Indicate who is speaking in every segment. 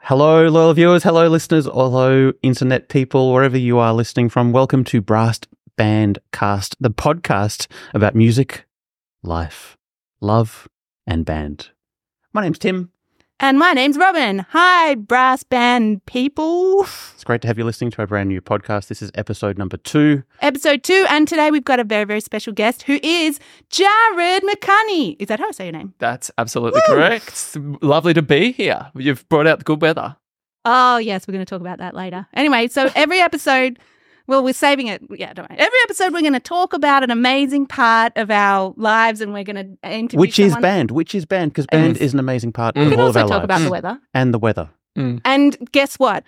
Speaker 1: Hello, loyal viewers. Hello, listeners. Hello, internet people, wherever you are listening from. Welcome to Brass Band Cast, the podcast about music, life, love, and band. My name's Tim.
Speaker 2: And my name's Robin. Hi, brass band people.
Speaker 1: It's great to have you listening to our brand new podcast. This is episode number two.
Speaker 2: Episode two. And today we've got a very, very special guest who is Jared McCunney. Is that how I say your name?
Speaker 3: That's absolutely correct. It's Lovely to be here. You've brought out the good weather.
Speaker 2: Oh, yes, we're going to talk about that later. Anyway, so every episode, well, we're saving it. Yeah, don't worry. Every episode, we're going to talk about an amazing part of our lives and we're going to interview
Speaker 1: which is
Speaker 2: someone.
Speaker 1: band, which is band, because band is an amazing part
Speaker 3: Mm.
Speaker 2: We
Speaker 1: of
Speaker 2: can
Speaker 1: all of
Speaker 2: also
Speaker 1: our
Speaker 2: talk
Speaker 1: lives
Speaker 2: about the weather.
Speaker 1: and the weather.
Speaker 2: And guess what?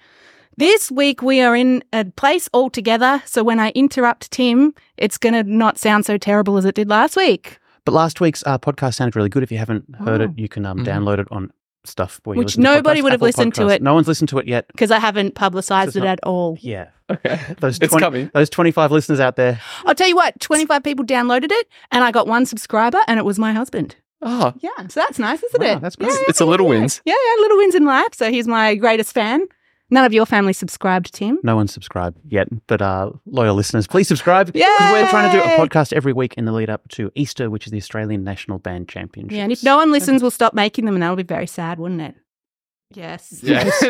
Speaker 2: This week we are in a place all together. So when I interrupt Tim, it's going to not sound so terrible as it did last week,
Speaker 1: But last week's uh, podcast sounded really good. If you haven't heard
Speaker 2: Oh.
Speaker 1: it, you can um,
Speaker 3: Mhm.
Speaker 1: download it on stuff where you
Speaker 2: Which
Speaker 1: listen to
Speaker 2: nobody
Speaker 1: podcasts,
Speaker 2: would have
Speaker 1: Apple
Speaker 2: listened to
Speaker 1: Podcasts.
Speaker 2: it.
Speaker 1: No one's listened to it yet.
Speaker 2: because I haven't publicized
Speaker 1: It's
Speaker 2: it
Speaker 1: not-
Speaker 2: at all.
Speaker 1: Yeah,
Speaker 3: Okay.
Speaker 1: those
Speaker 3: It's
Speaker 1: 20
Speaker 3: coming.
Speaker 1: those twenty five listeners out there.
Speaker 2: I'll tell you what, 25 people downloaded it and I got one subscriber and it was my husband.
Speaker 3: Oh,
Speaker 2: Yeah. So that's nice, isn't
Speaker 1: Wow,
Speaker 2: it?
Speaker 1: that's
Speaker 2: Yeah,
Speaker 1: great.
Speaker 3: it's a little wins.
Speaker 2: yeah, yeah, little wins in life. So he's my greatest fan. None of your family subscribed, Tim.
Speaker 1: No one's subscribed yet, but uh, loyal listeners, please subscribe. 'cause We're trying to do a
Speaker 2: Yay!
Speaker 1: podcast every week in the lead up to Easter, which is the Australian National Band Championship.
Speaker 2: Yeah, and if no one listens, we'll stop making them and that'll be very sad, wouldn't it? Yes.
Speaker 3: Yes.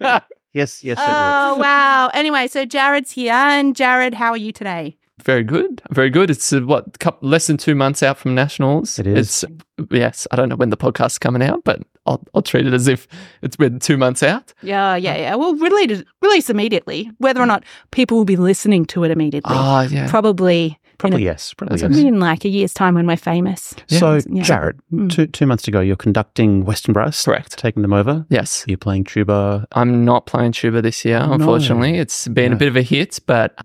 Speaker 1: Yes, yes, it will.
Speaker 2: Oh, wow. Anyway, so Jared's here. And Jared, how are you today?
Speaker 3: Very good. Very good. It's uh, what couple, less than two months out from nationals.
Speaker 1: It is.
Speaker 3: It's, yes. I don't know when the podcast's coming out, but I'll, I'll treat it as if it's been two months out.
Speaker 2: Yeah, yeah, yeah. We'll release, release immediately, whether or not people will be listening to it immediately.
Speaker 3: Ah, yeah.
Speaker 2: Probably
Speaker 1: probably yes, probably
Speaker 3: That's
Speaker 1: yes.
Speaker 2: in like a year's time when we're famous.
Speaker 3: Yeah.
Speaker 1: So,
Speaker 2: Yeah.
Speaker 1: Jared,
Speaker 2: Mm.
Speaker 1: two two months ago, you're conducting Western Brass,
Speaker 3: Correct.
Speaker 1: taking them over.
Speaker 3: Yes.
Speaker 1: You're playing tuba.
Speaker 3: I'm not playing tuba this year,
Speaker 1: No.
Speaker 3: unfortunately. It's been
Speaker 1: No.
Speaker 3: a bit of a hit, but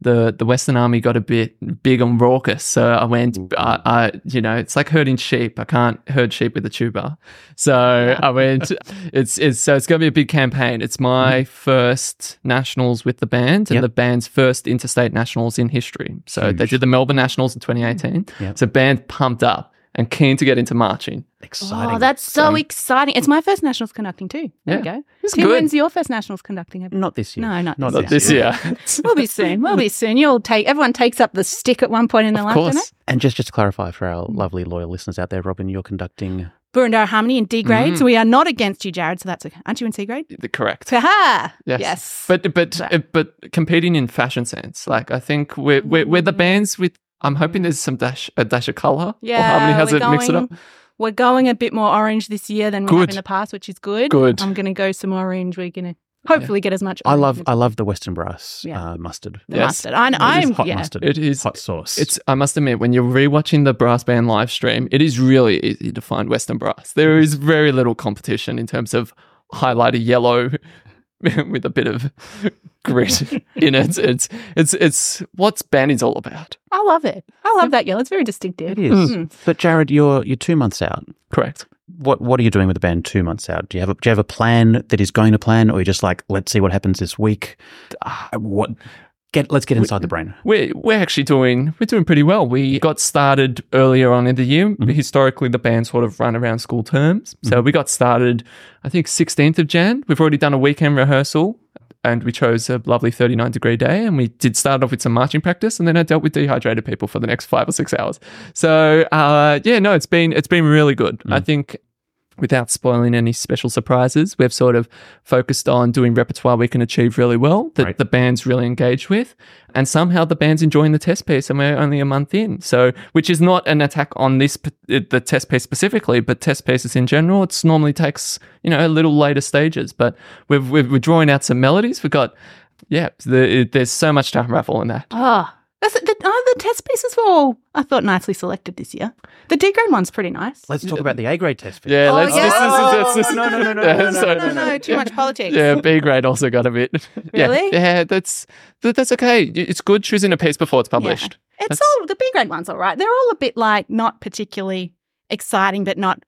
Speaker 3: the the Western Army got a bit big on raucous, so I went. I, I you know, it's like herding sheep. I can't herd sheep with a tuba, so I went. It's it's so it's going to be a big campaign. It's my first nationals with the band, and
Speaker 1: Mm-hmm. Yep.
Speaker 3: the band's first interstate nationals in history. So they
Speaker 1: Huge.
Speaker 3: did the Melbourne Nationals in 2018.
Speaker 1: Yep.
Speaker 3: So band pumped up and keen to get into marching.
Speaker 1: Exciting.
Speaker 2: Oh, that's so exciting. It's my first nationals conducting too. There
Speaker 3: Yeah.
Speaker 2: we go.
Speaker 3: It's
Speaker 2: Tim,
Speaker 3: good.
Speaker 2: when's your first nationals conducting? Abby?
Speaker 1: not this year.
Speaker 2: No, not
Speaker 1: not
Speaker 2: this
Speaker 3: Not this year.
Speaker 2: We'll be soon. We'll be soon. You'll take everyone takes up the stick at one point in their
Speaker 3: of
Speaker 2: life, don't
Speaker 3: course.
Speaker 1: And just, just to clarify for
Speaker 2: Hmm.
Speaker 1: our lovely loyal listeners out there, Robin, you're conducting.
Speaker 2: they? Burundar Harmony in D grade.
Speaker 3: Mm-hmm.
Speaker 2: So we are not against you, Jared. So that's okay. Aren't you in C grade?
Speaker 3: The correct.
Speaker 2: Ha
Speaker 3: Yes.
Speaker 2: Yes.
Speaker 3: But but
Speaker 2: Right.
Speaker 3: uh, but competing in fashion sense, like I think we're we're, we're
Speaker 2: Mm.
Speaker 3: the bands with. I'm hoping there's some dash a dash of color.
Speaker 2: Yeah,
Speaker 3: or Harmony has
Speaker 2: we're
Speaker 3: it mixed it up.
Speaker 2: We're going a bit more orange this year than we have
Speaker 3: Good.
Speaker 2: in the past, which is good.
Speaker 3: Good.
Speaker 2: I'm going to go some orange. We're going to hopefully get as much.
Speaker 1: I
Speaker 2: orange
Speaker 1: love,
Speaker 2: as
Speaker 1: I love the Western Brass
Speaker 2: Yeah.
Speaker 1: uh, mustard.
Speaker 2: the
Speaker 3: Yes.
Speaker 2: mustard. I,
Speaker 1: It
Speaker 2: I'm
Speaker 1: is hot
Speaker 2: yeah.
Speaker 1: mustard.
Speaker 3: It is-
Speaker 1: hot sauce.
Speaker 3: It's I must admit when you're rewatching the brass band live stream, it is really easy to find Western brass. There is very little competition in terms of highlighter yellow with a bit of grit in it. It's it's it's what's banding's all about.
Speaker 2: I love it. I love that yellow. It's very distinctive. Mm.
Speaker 1: It is. But Jared, you're you're two months out.
Speaker 3: Correct.
Speaker 1: What what are you doing with the band two months out? Do you have a, do you have a plan that is going to plan, or you're just like let's see what happens this week? Ah, what get let's get inside the brain.
Speaker 3: We're, we're actually doing we're doing pretty well. We got started earlier on in the year. Historically, the band sort of run around school terms, so we got started. I think sixteenth of Jan. We've already done a weekend rehearsal, and we chose a lovely thirty nine degree day, and we did start off with some marching practice, and then I dealt with dehydrated people for the next five or six hours. So uh, yeah, no, it's been it's been really good. I think without spoiling any special surprises, we've sort of focused on doing repertoire we can achieve really well that
Speaker 1: Right.
Speaker 3: the band's really engaged with. And somehow the band's enjoying the test piece, and we're only a month in. So, which is not an attack on this, p- uh, the test piece specifically, but test pieces in general. It's normally takes, you know, a little later stages, but we've, we've, we're drawing out some melodies. We've got, yeah, the, it, there's so much time raffle in that.
Speaker 2: Oh, that's the, oh, the test pieces were all, I thought, nicely selected this year. The D grade one's pretty nice.
Speaker 1: Let's talk about the A grade test. piece.
Speaker 3: Yeah,
Speaker 2: Oh,
Speaker 3: let's,
Speaker 2: yeah.
Speaker 3: this is- this is-
Speaker 1: No, no, no, no,
Speaker 3: yeah,
Speaker 1: no, no,
Speaker 3: so-
Speaker 2: no, no, too much politics.
Speaker 3: Yeah, B grade also got a bit.
Speaker 2: Really?
Speaker 3: Yeah, yeah that's that, that's okay. Y- It's good choosing a piece before it's published.
Speaker 2: It's
Speaker 3: That's-
Speaker 2: all, the B grade one's all right. They're all a bit like not particularly exciting, but not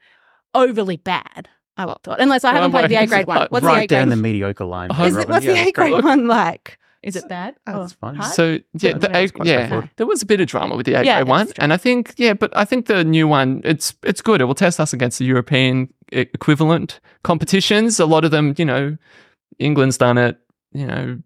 Speaker 2: overly bad, I would have thought. Unless I
Speaker 3: Well,
Speaker 2: haven't played the
Speaker 3: my-
Speaker 2: A grade one. What's
Speaker 1: right
Speaker 2: the A
Speaker 1: down
Speaker 2: grade
Speaker 1: the mediocre line.
Speaker 3: Oh,
Speaker 2: Is it,
Speaker 3: Robin,
Speaker 2: What's
Speaker 3: yeah,
Speaker 2: the
Speaker 3: that's
Speaker 2: A grade
Speaker 3: great.
Speaker 2: one like? Is it bad?
Speaker 1: That's
Speaker 2: or
Speaker 1: fine.
Speaker 2: hard?
Speaker 3: So yeah,
Speaker 1: Yeah,
Speaker 3: the
Speaker 1: no,
Speaker 3: A,
Speaker 1: it's quite
Speaker 3: yeah,
Speaker 1: straightforward.
Speaker 3: there was a bit of drama with the A
Speaker 2: Yeah,
Speaker 3: grade
Speaker 2: that's
Speaker 3: one,
Speaker 2: true.
Speaker 3: and I think yeah, but I think the new one it's it's good. It will test us against the European e-, equivalent competitions. A lot of them, you know, England's done it. You know,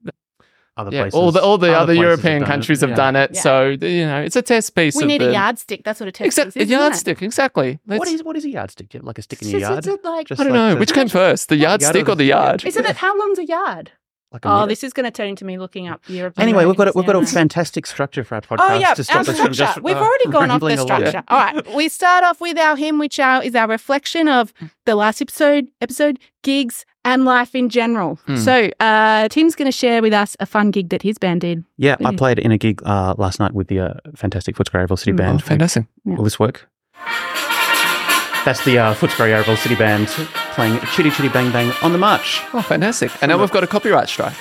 Speaker 1: Other
Speaker 3: yeah,
Speaker 1: places.
Speaker 3: all the all the other,
Speaker 1: places
Speaker 3: European
Speaker 1: done it.
Speaker 3: countries have
Speaker 1: Yeah.
Speaker 3: done it.
Speaker 2: Yeah.
Speaker 3: So the- you know, it's a test piece.
Speaker 2: We
Speaker 3: of
Speaker 2: need
Speaker 3: the-
Speaker 2: a yardstick. That's what a text
Speaker 3: Exact-
Speaker 2: is. isn't it?
Speaker 3: yardstick. Exactly.
Speaker 1: What
Speaker 3: Let's-
Speaker 1: is what is a yardstick? Yeah, Like a stick in
Speaker 2: It's
Speaker 1: your yard?
Speaker 2: just- it's a, like,
Speaker 1: Just
Speaker 3: I don't
Speaker 1: like
Speaker 3: know
Speaker 1: the-
Speaker 3: which came first, the yardstick or the yard?
Speaker 2: isn't it? How long's a yard?
Speaker 1: Like a
Speaker 2: Oh,
Speaker 1: meter.
Speaker 2: this is going to turn into me looking up Europe.
Speaker 1: Anyway, we've got a, we've got a
Speaker 2: Yeah.
Speaker 1: fantastic structure for our podcast.
Speaker 2: Oh yeah,
Speaker 1: to stop
Speaker 2: our
Speaker 1: us from
Speaker 2: structure.
Speaker 1: just,
Speaker 2: We've
Speaker 1: uh,
Speaker 2: already gone off the
Speaker 1: rambling along.
Speaker 2: structure. All right, we start off with our hymn, which our, is our reflection of the last episode, episode gigs and life in general.
Speaker 3: Hmm.
Speaker 2: So uh, Tim's going to share with us a fun gig that his band did.
Speaker 1: Yeah, I
Speaker 2: Mhm.
Speaker 1: played in a gig uh, last night with the uh, fantastic Footscray Oval City
Speaker 2: Mm.
Speaker 1: Band.
Speaker 3: Oh, fantastic.
Speaker 1: Will this work? That's the uh, Footscray Oval City Band playing Chitty Chitty Bang Bang on the March.
Speaker 3: Oh, fantastic. And now we've got a copyright strike.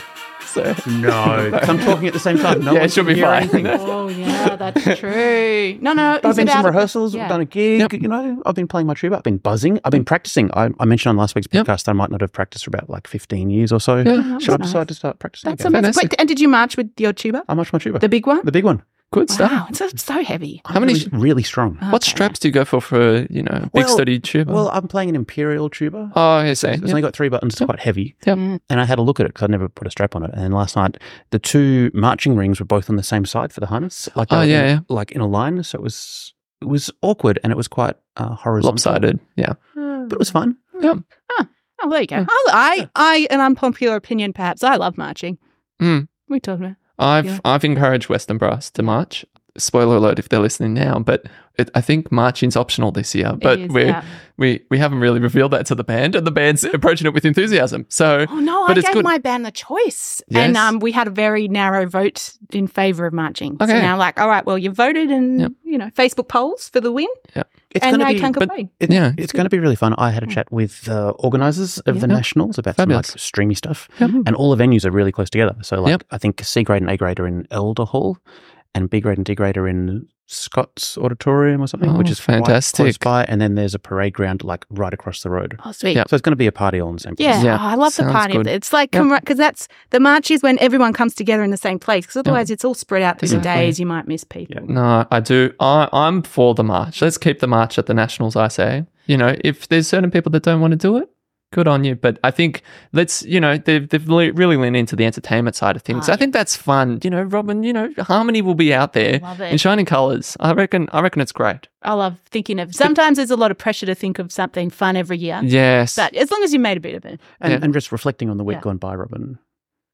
Speaker 3: So
Speaker 1: No, 'cause I'm talking at the same time. No
Speaker 3: Yeah,
Speaker 1: one
Speaker 3: it should
Speaker 1: can
Speaker 3: be
Speaker 1: hear
Speaker 3: fine.
Speaker 1: anything.
Speaker 2: Oh yeah, that's true. No, no,
Speaker 1: I've
Speaker 2: it's
Speaker 1: been to some
Speaker 2: about-
Speaker 1: rehearsals.
Speaker 2: yeah.
Speaker 1: I've done a gig.
Speaker 3: Yep.
Speaker 1: You know, I've been playing my tuba. I've been buzzing. I've been practicing. I, I mentioned on last week's
Speaker 3: Yep.
Speaker 1: podcast that I might not have practiced for about like 15 years or so.
Speaker 3: Yeah.
Speaker 2: Oh,
Speaker 1: Should I
Speaker 2: that's
Speaker 1: decide
Speaker 2: nice.
Speaker 1: to start practicing?
Speaker 2: That's
Speaker 1: again?
Speaker 2: amazing. Wait, and did you march with your tuba,
Speaker 1: How much my tuba?
Speaker 2: the
Speaker 1: The,
Speaker 2: big one?
Speaker 1: big one.
Speaker 3: good stuff.
Speaker 2: Wow, it's so- so heavy.
Speaker 1: I'm
Speaker 3: How many
Speaker 1: Really, really strong.
Speaker 3: What
Speaker 2: Okay.
Speaker 3: straps do you go for for you know a big
Speaker 1: Well-
Speaker 3: sturdy tuba?
Speaker 1: Well, I'm playing an imperial tuba.
Speaker 3: oh, yes,
Speaker 1: So
Speaker 3: eh?
Speaker 1: It's
Speaker 3: yeah.
Speaker 1: only got three buttons. It's quite heavy.
Speaker 3: Yep.
Speaker 2: Mm.
Speaker 1: And I had a look at it because I'd never put a strap on it. And last night, the two marching rings were both on the same side for the harness. Like they
Speaker 3: Oh,
Speaker 1: were
Speaker 3: yeah,
Speaker 1: in,
Speaker 3: yeah.
Speaker 1: like in a line. So it was it was awkward and it was quite uh, horizontal,
Speaker 3: lopsided. Yeah,
Speaker 1: but it was fun.
Speaker 2: Oh, there you go.
Speaker 3: Yeah.
Speaker 2: Oh, I, I, an unpopular opinion, perhaps. I love marching.
Speaker 3: Mm.
Speaker 2: We talked about.
Speaker 3: I've
Speaker 2: Yeah.
Speaker 3: I've encouraged Western Brass to march. Spoiler alert if they're listening now, but it, I think marching's optional this year. But
Speaker 2: it is,
Speaker 3: we
Speaker 2: yeah.
Speaker 3: we we haven't really revealed that to the band, and the band's approaching it with enthusiasm. So
Speaker 2: Oh no!
Speaker 3: but
Speaker 2: I
Speaker 3: it's
Speaker 2: gave
Speaker 3: good.
Speaker 2: my band the choice, and
Speaker 3: Yes.
Speaker 2: um, we had a very narrow vote in favor of marching. So
Speaker 3: Okay.
Speaker 2: now, like, all right, well, you voted, and
Speaker 3: Yep.
Speaker 2: you know, Facebook polls for the win,
Speaker 1: It's
Speaker 2: and
Speaker 1: gonna
Speaker 2: I
Speaker 1: be,
Speaker 2: can't Mm.
Speaker 3: but-
Speaker 2: complain.
Speaker 1: It-
Speaker 3: Yeah.
Speaker 1: it's going to be really fun. I had a chat with the organisers of the
Speaker 2: Yeah.
Speaker 1: nationals about some like
Speaker 3: Fabulous.
Speaker 1: streamy stuff,
Speaker 3: Yep.
Speaker 2: Mm.
Speaker 1: and all the venues are really close together. So like
Speaker 3: Yep.
Speaker 1: I think C grade and A grade are in Elder Hall, and B grade and D grade are in Scott's Auditorium or something, which
Speaker 3: Oh,
Speaker 1: is quite close
Speaker 3: fantastic.
Speaker 1: by. And then there's a parade ground like right across the road.
Speaker 2: Oh, sweet.
Speaker 3: Yep.
Speaker 1: So it's going to be a party all in the same place.
Speaker 2: Yeah,
Speaker 3: Yeah.
Speaker 2: oh, I love the
Speaker 3: Sounds
Speaker 2: party.
Speaker 3: good.
Speaker 2: It's like
Speaker 3: Yep.
Speaker 2: because that's the march is when everyone comes together in the same place. Because otherwise, it's all spread out through the
Speaker 3: Exactly.
Speaker 2: days. You might miss people.
Speaker 1: Yeah.
Speaker 3: No, I do. I, I'm for the march. Let's keep the march at the nationals. I say, you know, if there's certain people that don't want to do it, good on you. But I think let's, you know, they've they've le- really leaned into the entertainment side of things.
Speaker 2: Ah,
Speaker 3: I think that's fun. You know, Robin, you know, harmony will be out there
Speaker 2: Love
Speaker 3: in shining colors. I reckon. I reckon it's great.
Speaker 2: I love thinking of. Sometimes there's a lot of pressure to think of something fun every year,
Speaker 3: Yes.
Speaker 2: but as long as you made a bit of it,
Speaker 1: And,
Speaker 3: Yeah.
Speaker 1: and just reflecting on the week
Speaker 2: Yeah.
Speaker 1: gone by, Robin.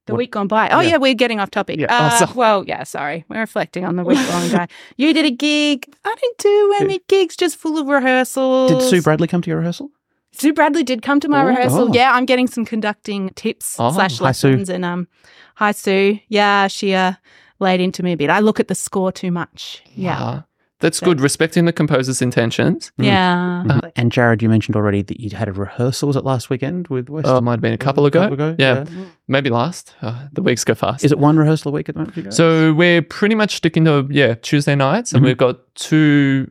Speaker 2: the
Speaker 1: What-
Speaker 2: week gone by. Oh yeah,
Speaker 1: Yeah.
Speaker 2: we're getting off topic.
Speaker 1: Yeah.
Speaker 3: Oh,
Speaker 2: Uh,
Speaker 3: sorry.
Speaker 2: well, yeah, sorry, we're reflecting on the week gone by. You did a gig. I didn't do any gigs, just full of rehearsals.
Speaker 1: Did Sue Bradley come to your rehearsal?
Speaker 2: Sue Bradley did come to my
Speaker 1: Oh,
Speaker 2: rehearsal.
Speaker 1: oh.
Speaker 2: Yeah, I'm getting some conducting tips
Speaker 3: Oh,
Speaker 2: slash
Speaker 1: hi, Sue.
Speaker 2: lessons. And um, hi Sue. Yeah, she uh, laid into me a bit. I look at the score too much. Yeah,
Speaker 3: Ah, that's good. Respecting the composer's intentions.
Speaker 1: Mm.
Speaker 2: yeah.
Speaker 1: Mhm. And Jared, you mentioned already that you'd had a rehearsal was it last weekend with West.
Speaker 3: Oh, might have been a couple ago. Yeah, maybe last. Uh, the weeks go fast.
Speaker 1: Is it one rehearsal a week at the moment? for you guys?
Speaker 3: So we're pretty much sticking to yeah Tuesday nights, and
Speaker 1: Mhm.
Speaker 3: we've got two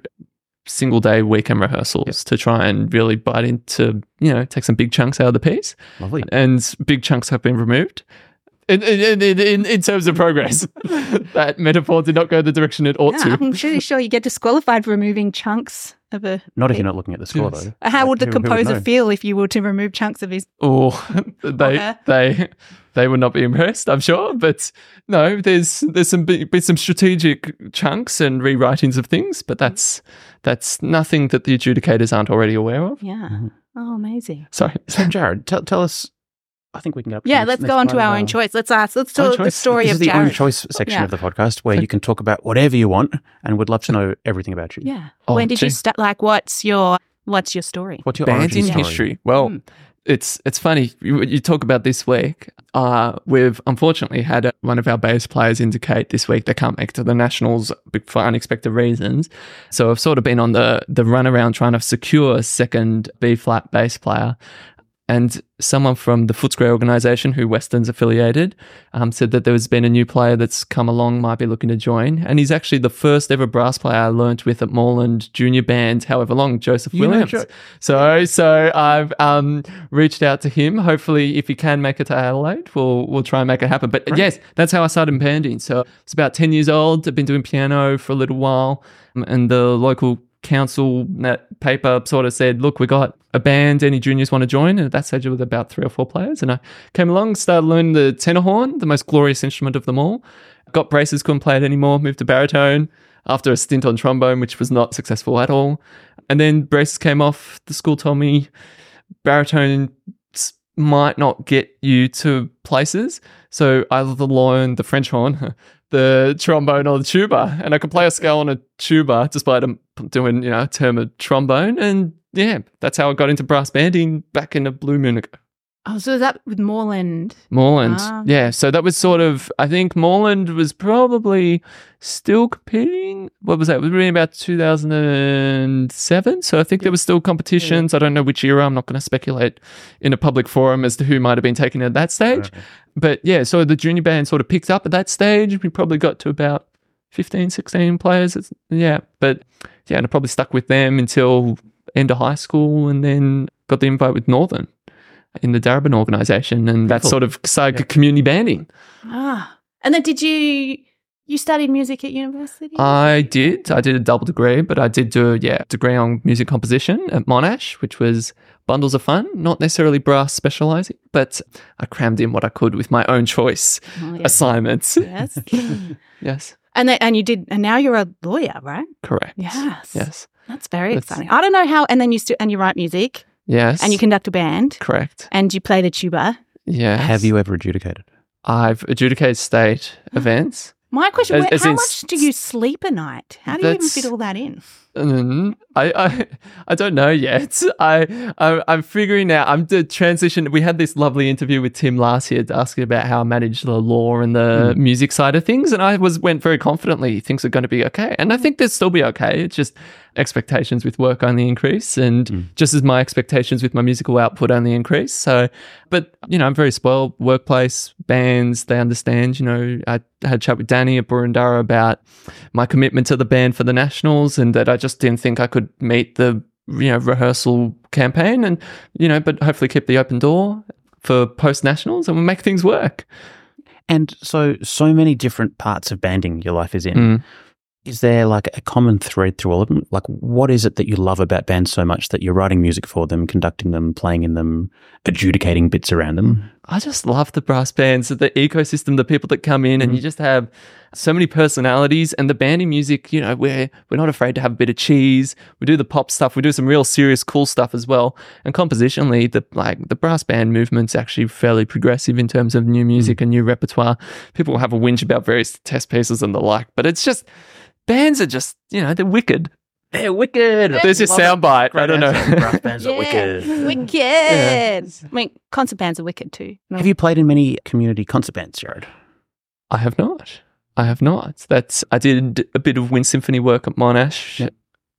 Speaker 3: single day weekend rehearsals to try and really bite into you know take some big chunks out of the piece,
Speaker 1: lovely.
Speaker 3: and big chunks have been removed. In, in, in, in, in terms of progress, that metaphor did not go the direction it ought
Speaker 2: Yeah,
Speaker 3: to.
Speaker 2: I'm pretty sure you get disqualified for removing chunks of a.
Speaker 1: Not if you're not looking at the score,
Speaker 3: Yes.
Speaker 1: though.
Speaker 2: How
Speaker 1: Like,
Speaker 2: would the
Speaker 1: who- who
Speaker 2: composer
Speaker 1: know?
Speaker 2: feel if you were to remove chunks of his?
Speaker 3: Oh, they
Speaker 2: Okay.
Speaker 3: they they would not be impressed, I'm sure. But no, there's there's some bi- bit some strategic chunks and rewritings of things, but that's that's nothing that the adjudicators aren't already aware of.
Speaker 2: Yeah.
Speaker 1: Mhm.
Speaker 2: Oh, amazing.
Speaker 3: Sorry.
Speaker 1: So, Jared, tell, tell us. I think we can go. up to
Speaker 2: Yeah,
Speaker 1: the
Speaker 2: let's
Speaker 1: next
Speaker 2: go on to
Speaker 1: part of
Speaker 2: our own choice. Let's ask. Let's
Speaker 3: Own
Speaker 2: tell the
Speaker 3: choice?
Speaker 2: story
Speaker 1: This
Speaker 2: of
Speaker 1: is the own
Speaker 2: Jared.
Speaker 1: choice section
Speaker 2: Yeah.
Speaker 1: of the podcast where you can talk about whatever you want, and we'd love to know everything about you.
Speaker 2: Yeah.
Speaker 3: Oh,
Speaker 2: when did you
Speaker 3: gee.
Speaker 2: start? Like, what's your what's your story?
Speaker 1: What's your
Speaker 3: Bands
Speaker 1: origin
Speaker 3: in
Speaker 1: story?
Speaker 3: history. Well,
Speaker 2: Mm.
Speaker 3: it's it's funny you, you talk about this week. Uh, we've unfortunately had uh, one of our bass players indicate this week they can't make it to the nationals be- for unexpected reasons. So I've sort of been on the the runaround trying to secure a second B flat bass player. And someone from the Footscray organisation, who Western's affiliated, um, said that there has been a new player that's come along, might be looking to join. And he's actually the first ever brass player I learnt with at Moreland Junior Band, however long, Joseph
Speaker 1: You know
Speaker 3: Williams.
Speaker 1: Jo-
Speaker 3: so, so I've um, reached out to him. Hopefully, if he can make it to Adelaide, we'll we'll try and make it happen. But yes, that's how I started banding. So it's about ten years old. I've been doing piano for a little while, um, and the local council that paper sort of said, look, we got a band, any juniors want to join? And at that stage, it was about three or four players. And I came along, started learning the tenor horn, the most glorious instrument of them all. Got braces, couldn't play it anymore, moved to baritone after a stint on trombone, which was not successful at all. And then braces came off. The school told me baritone s- might not get you to places. So I learned the French horn, the trombone, or the tuba. And I could play a scale on a tuba despite um, doing, you know, a term of trombone. And yeah, that's how I got into brass banding back in the blue moon ago.
Speaker 2: Oh, so is that with Moreland?
Speaker 3: Moreland.
Speaker 2: Ah.
Speaker 3: Yeah. So that was sort of, I think Moreland was probably still competing. What was that? It was really about 2007. So I think there was still competitions. I don't know which era. I'm not going to speculate in a public forum as to who might have been taken at that stage. But yeah, so the junior band sort of picked up at that stage. We probably got to about 15, 16 players. It's, yeah. But yeah, and I probably stuck with them until end of high school and then got the invite with Northern in the Darabin organisation. And that's
Speaker 1: cool.
Speaker 3: sort of started
Speaker 1: Yeah.
Speaker 3: community banding.
Speaker 2: Ah. And then did you you studied music at university?
Speaker 3: I did. I did a double degree, but I did do yeah degree on music composition at Monash, which was bundles of fun. Not necessarily brass specialising, but I crammed in what I could with my own choice
Speaker 2: Oh, yes.
Speaker 3: assignments.
Speaker 2: yes.
Speaker 3: Yes,
Speaker 2: and then, and you did and now you're a lawyer, right?
Speaker 3: correct.
Speaker 2: Yes.
Speaker 3: Yes.
Speaker 2: That's very
Speaker 3: That's-
Speaker 2: exciting. I don't know how and then you still and you write music
Speaker 3: Yes.
Speaker 2: and you conduct a band
Speaker 3: correct.
Speaker 2: and you play the tuba.
Speaker 3: Yes.
Speaker 1: Have you ever adjudicated?
Speaker 3: I've adjudicated state
Speaker 2: Mm-hmm.
Speaker 3: events.
Speaker 2: My question:
Speaker 3: As-
Speaker 2: where-
Speaker 3: as
Speaker 2: How
Speaker 3: in
Speaker 2: much
Speaker 3: s-
Speaker 2: do you sleep a night? How do you even
Speaker 3: That's-
Speaker 2: fit all that in?
Speaker 3: Mm, I, I I don't know yet. I, I I'm figuring out. I'm the transition. We had this lovely interview with Tim last year, asking about how I manage the law and the music side of things, and I was went very confidently. Things are going to be okay, and I think they'll still be okay. It's just expectations with work only increase, and just as my expectations with my musical output only increase. So, but you know, I'm very spoiled. Workplace bands, they understand. You know, I had a chat with Danny at Burundara about my commitment to the band for the nationals and that I just didn't think I could meet the you know rehearsal campaign and you know but hopefully keep the open door for post nationals and we'll make things work.
Speaker 1: And so, so many different parts of banding your life is in.
Speaker 3: Mm.
Speaker 1: Is there like a common thread through all of them? Like, what is it that you love about bands so much that you're writing music for them, conducting them, playing in them, adjudicating bits around them?
Speaker 3: I just love the brass bands, the ecosystem, the people that come in, and you just have so many personalities. And the band in music, you know, we're we're not afraid to have a bit of cheese. We do the pop stuff. We do some real serious, cool stuff as well. And compositionally, the like the brass band movement's actually fairly progressive in terms of new music and new repertoire. People have a whinge about various test pieces and the like, but it's just bands are just you know they're wicked.
Speaker 1: They're wicked.
Speaker 3: There's your soundbite. I don't know.
Speaker 1: Brass bands are wicked.
Speaker 2: Wicked. I mean, concert bands are wicked too.
Speaker 1: Have you played in many community concert bands, Jared?
Speaker 3: I have not. I have not. That's I did a bit of wind symphony work at Monash.
Speaker 1: Yeah.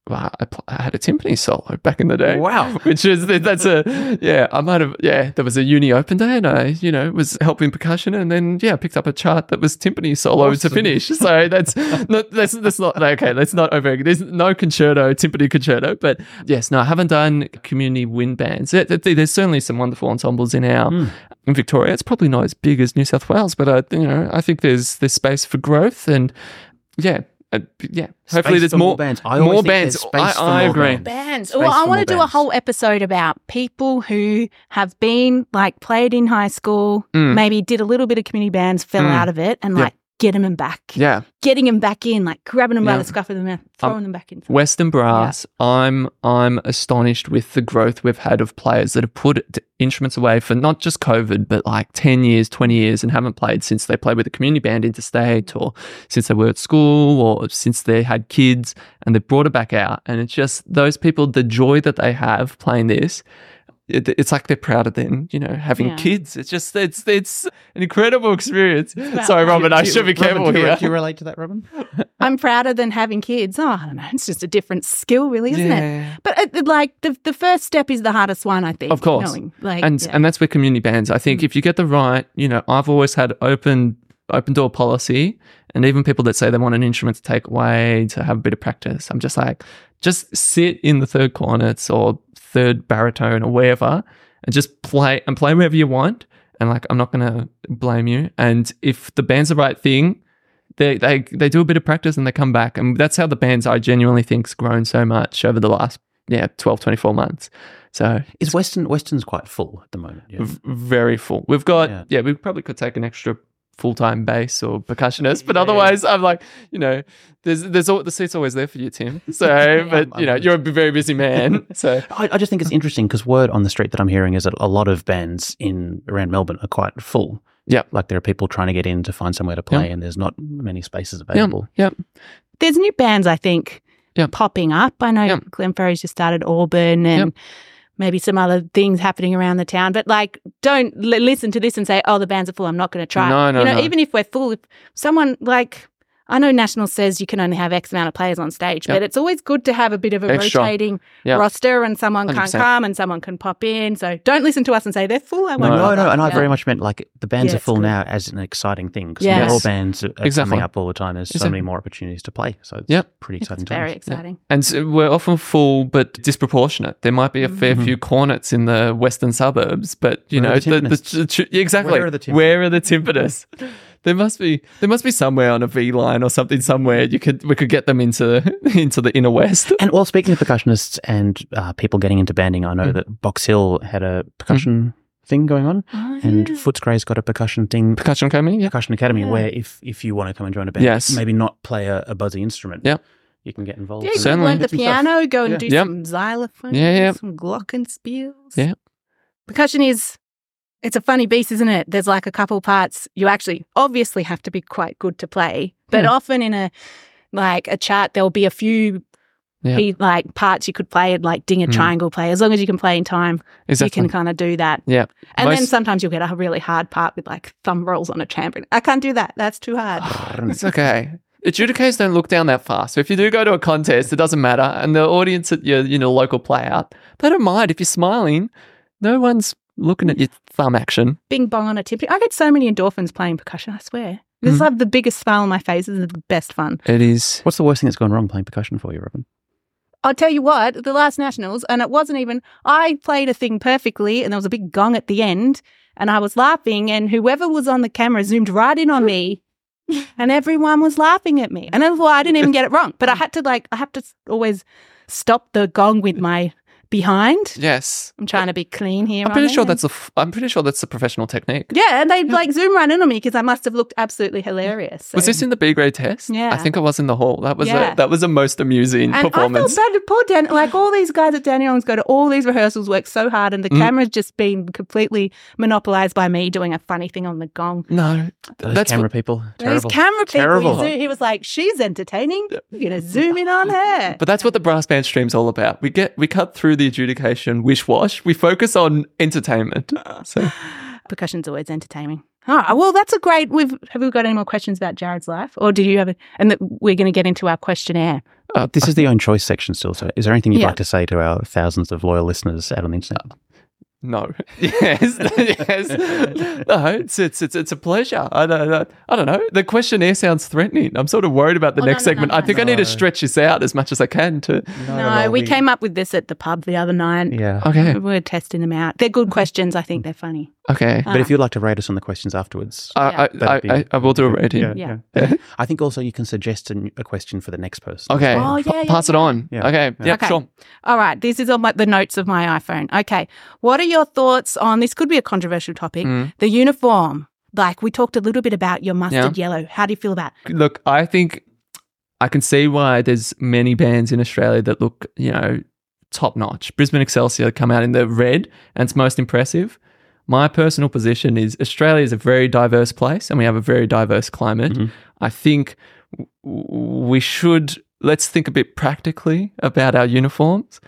Speaker 3: Wow, I, pl- I had a timpani solo back in the day.
Speaker 1: Wow.
Speaker 3: Which is that's a yeah. I might have yeah. There was a uni open day, and I you know was helping percussion, and then yeah, I picked up a chart that was timpani solo
Speaker 1: Awesome.
Speaker 3: to finish. So that's not that's that's not okay. Let's not over. There's no concerto, timpani concerto, but yes, no, I haven't done community wind bands. There- there- There's certainly some wonderful ensembles in our
Speaker 1: Hmm.
Speaker 3: in Victoria. It's probably not as big as New South Wales, but I, you know, I think there's there's space for growth, and yeah, uh, yeah. Hopefully,
Speaker 1: Space
Speaker 3: there's
Speaker 1: for
Speaker 3: more
Speaker 1: bands. I
Speaker 3: more
Speaker 1: always think
Speaker 3: bands.
Speaker 1: there's space
Speaker 3: I,
Speaker 1: for
Speaker 3: I
Speaker 1: more
Speaker 3: agree.
Speaker 1: bands.
Speaker 2: Bands.
Speaker 1: Space
Speaker 2: Well, I
Speaker 1: for
Speaker 2: want
Speaker 1: more
Speaker 2: to do a
Speaker 1: bands.
Speaker 2: whole episode about people who have been like played in high school,
Speaker 3: Mm.
Speaker 2: maybe did a little bit of community bands, fell
Speaker 3: Mm.
Speaker 2: out of it, and
Speaker 3: Yeah.
Speaker 2: like get them back,
Speaker 3: Yeah,
Speaker 2: getting them back in, like grabbing them by
Speaker 3: Yeah. Um,
Speaker 2: the scruff of the neck, throwing them back in.
Speaker 3: Western Brass. I'm I'm astonished with the growth we've had of players that have put d- instruments away for not just COVID, but like ten years, twenty years, and haven't played since they played with a community band interstate, or since they were at school, or since they had kids, and they brought it back out. And it's just those people, the joy that they have playing this. it- it's like they're proud of them, you know, having
Speaker 2: Yeah.
Speaker 3: kids. It's just it's it's an incredible experience.
Speaker 2: about-
Speaker 3: Sorry, Robin, I
Speaker 1: Do you-
Speaker 3: should be
Speaker 1: Robin,
Speaker 3: careful
Speaker 1: do you-
Speaker 3: here.
Speaker 1: Do you relate to that, Robin?
Speaker 2: I'm prouder than having kids. Oh, I don't know. It's just a different skill, really, isn't it?
Speaker 3: Yeah.
Speaker 2: But it, it, like the the first step is the hardest one, I think.
Speaker 3: Of course.
Speaker 2: knowing, like,
Speaker 3: and
Speaker 2: yeah. Hmm.
Speaker 3: and that's where community bands. I think if you get the right, you know, I've always had open open door policy, and even people that say they want an instrument to take away to have a bit of practice, I'm just like, just sit in the third cornets or third baritone or wherever, and just play and play wherever you want. And like, I'm not gonna blame you. And if the band's the right thing, they, they they do a bit of practice and they come back, and that's how the band's I genuinely think's grown so much over the last yeah 12, 24 months. So
Speaker 1: Is Western Western's quite full at the moment? Yeah.
Speaker 3: v- very full. We've got
Speaker 1: Yeah.
Speaker 3: yeah, we probably could take an extra full time bass or percussionist, but
Speaker 1: Yeah.
Speaker 3: otherwise I'm like you know there's there's all, the seat's always there for you, Tim. So
Speaker 1: I'm-
Speaker 3: but
Speaker 1: I'm
Speaker 3: you know
Speaker 1: with
Speaker 3: you're a very busy man, so.
Speaker 1: I, I just think it's interesting because word on the street that I'm hearing is that a lot of bands in around Melbourne are quite full.
Speaker 3: Yep.
Speaker 1: like there are people trying to get in to find somewhere to play, and there's not many spaces available.
Speaker 3: Yep.
Speaker 2: There's new bands, I think,
Speaker 3: Yeah.
Speaker 2: popping up. I know
Speaker 3: Yeah.
Speaker 2: Glenferrie's just started Auburn and maybe some other things happening around the town. But like, don't li- listen to this and say, oh, the bands are full. I'm not going to try.
Speaker 3: No, no,
Speaker 2: You know,
Speaker 3: no.
Speaker 2: even if we're full, if someone like, I know National says you can only have X amount of players on stage,
Speaker 3: Yeah.
Speaker 2: but it's always good to have a bit of a
Speaker 3: Extra.
Speaker 2: rotating
Speaker 3: Yeah.
Speaker 2: roster and someone can not
Speaker 3: 100%.
Speaker 2: come and someone can pop in. So don't listen to us and say they're full. I won't
Speaker 1: No, no,
Speaker 2: bother.
Speaker 1: and I
Speaker 2: Yeah.
Speaker 1: very much meant like the bands
Speaker 2: Yeah,
Speaker 1: are full
Speaker 2: it's good.
Speaker 1: now as an exciting thing because
Speaker 2: Yes.
Speaker 1: more bands are are
Speaker 3: Exactly.
Speaker 1: coming up all the time. There's so
Speaker 3: Exactly.
Speaker 1: many more opportunities to play, so it's
Speaker 3: Yep.
Speaker 1: pretty
Speaker 2: It's
Speaker 1: exciting.
Speaker 2: very
Speaker 1: times.
Speaker 2: exciting.
Speaker 3: And so we're often full, but disproportionate. There might be a fair few cornets in the western suburbs, but you
Speaker 1: Mm-hmm. Where are
Speaker 3: know,
Speaker 1: the
Speaker 3: the, the, tr- tr- exactly.
Speaker 1: Where are the timpanists?
Speaker 3: Where are the timpanists? there must be there must be somewhere on a V line or something somewhere you could we could get them into into the inner west.
Speaker 1: And well, speaking of percussionists and uh, people getting into banding, I know
Speaker 2: Mm.
Speaker 1: that Box Hill had a percussion thing going on,
Speaker 2: Oh,
Speaker 1: and
Speaker 2: yeah.
Speaker 1: Footscray's got a percussion thing
Speaker 3: Percussion company, yeah.
Speaker 1: percussion academy
Speaker 2: Yeah.
Speaker 1: where if if you want to come and join a band,
Speaker 3: Yes.
Speaker 1: maybe not play a, a buzzy instrument,
Speaker 3: Yep.
Speaker 1: you can get involved.
Speaker 2: Yeah, you
Speaker 1: in-
Speaker 2: can
Speaker 3: Certainly.
Speaker 2: learn the
Speaker 3: Some stuff.
Speaker 2: piano, go and
Speaker 3: Yeah.
Speaker 2: do
Speaker 3: Yep.
Speaker 2: some xylophones,
Speaker 3: Yeah, yeah.
Speaker 2: some glockenspiels.
Speaker 3: Yeah.
Speaker 2: Percussion is, it's a funny beast, isn't it? There's like a couple parts you actually obviously have to be quite good to play, but
Speaker 3: Hmm.
Speaker 2: often in a, like a chart, there'll be a few
Speaker 3: Yeah.
Speaker 2: pe- like parts you could play and like ding a
Speaker 3: Hmm.
Speaker 2: triangle play. As long as you can play in time,
Speaker 3: Exactly.
Speaker 2: you can kind of do that.
Speaker 3: yeah.
Speaker 2: And then
Speaker 3: Most-
Speaker 2: sometimes you'll get a really hard part with like thumb rolls on a chamber. I can't do that. That's too hard.
Speaker 3: It's okay. Adjudicators don't look down that far. So if you do go to a contest, it doesn't matter. And the audience at your you know local playout, they don't mind if you're smiling. No one's looking at your thumb action.
Speaker 2: bing bong on a timpani. I get so many endorphins playing percussion, I swear. This is
Speaker 3: Mhm.
Speaker 2: like the biggest smile on my face. This is the best fun.
Speaker 3: It is.
Speaker 1: What's the worst thing that's gone wrong playing percussion for you, Robin?
Speaker 2: I'll tell you what, the last nationals, and it wasn't even, I played a thing perfectly, and there was a big gong at the end, and I was laughing, and whoever was on the camera zoomed right in on me, and everyone was laughing at me. And that's why I didn't even get it wrong. But I had to, like, I have to s- always stop the gong with my behind.
Speaker 3: Yes.
Speaker 2: I'm trying to be clean here.
Speaker 3: I'm pretty
Speaker 2: on
Speaker 3: sure
Speaker 2: it.
Speaker 3: that's a. F- I'm pretty sure that's a professional technique.
Speaker 2: Yeah, and they like zoom right in on me because I must have looked absolutely hilarious.
Speaker 3: Was
Speaker 2: so-
Speaker 3: this in the B grade test?
Speaker 2: Yeah.
Speaker 3: I think it was in the hall. That was
Speaker 2: Yeah.
Speaker 3: a that was a most amusing
Speaker 2: And
Speaker 3: performance.
Speaker 2: I felt bad. Poor Dan. Like all these guys at Danny Young's go to all these rehearsals, work so hard, and the
Speaker 3: Mm.
Speaker 2: camera's just been completely monopolized by me doing a funny thing on the gong.
Speaker 3: no,
Speaker 1: Those
Speaker 3: that's
Speaker 1: camera people,
Speaker 2: These
Speaker 1: terrible.
Speaker 2: camera people,
Speaker 1: Terrible.
Speaker 2: you zoom- he was like, "She's entertaining. You're gonna zoom in on her."
Speaker 3: But that's what the brass band stream's all about. We get we cut through the adjudication wish wash. We focus on entertainment. So
Speaker 2: Percussion's always entertaining. Ah, well, that's a great. We've have we got any more questions about Jared's life, or do you have? A, and that we're going to get into our questionnaire.
Speaker 3: uh,
Speaker 1: this is the own choice section still. So, is there anything you'd
Speaker 2: Yeah.
Speaker 1: like to say to our thousands of loyal listeners out on the internet?
Speaker 3: No. Yes. yes. No. It's, it's it's it's a pleasure. I don't know. I don't know. The questionnaire sounds threatening. I'm sort of worried about the
Speaker 2: Oh, no,
Speaker 3: next
Speaker 2: no, no,
Speaker 3: segment.
Speaker 2: no,
Speaker 3: I think I need
Speaker 1: no.
Speaker 3: to stretch this out as much as I can to.
Speaker 2: No, we came up with this at the pub the other night.
Speaker 1: Yeah.
Speaker 3: Okay.
Speaker 2: We We're testing them out. They're good questions. I think they're funny.
Speaker 3: Okay.
Speaker 2: Uh,
Speaker 1: But if you'd like to rate us on the questions afterwards,
Speaker 2: Oh,
Speaker 3: I,
Speaker 1: Yeah.
Speaker 3: I, I, I, I will do a rating.
Speaker 1: yeah,
Speaker 2: Yeah.
Speaker 1: yeah. I think also you can suggest a, n- a question for the next person.
Speaker 3: Okay.
Speaker 2: Oh, yeah, yeah,
Speaker 3: pass it on.
Speaker 1: Yeah.
Speaker 3: Okay. Yeah,
Speaker 2: Okay.
Speaker 3: sure.
Speaker 2: All right, this is on my, the notes of my iPhone. Okay, what are your thoughts on this? Could be a controversial topic.
Speaker 3: Mm.
Speaker 2: The uniform, like we talked a little bit about your mustard yellow. How do you feel about?
Speaker 3: Look, I think I can see why there's many bands in Australia that look, you know, top notch. Brisbane Excelsior come out in the red and it's most impressive. My personal position is Australia is a very diverse place and we have a very diverse climate.
Speaker 1: Mhm.
Speaker 3: I think w- w- we should let's think a bit practically about our uniforms.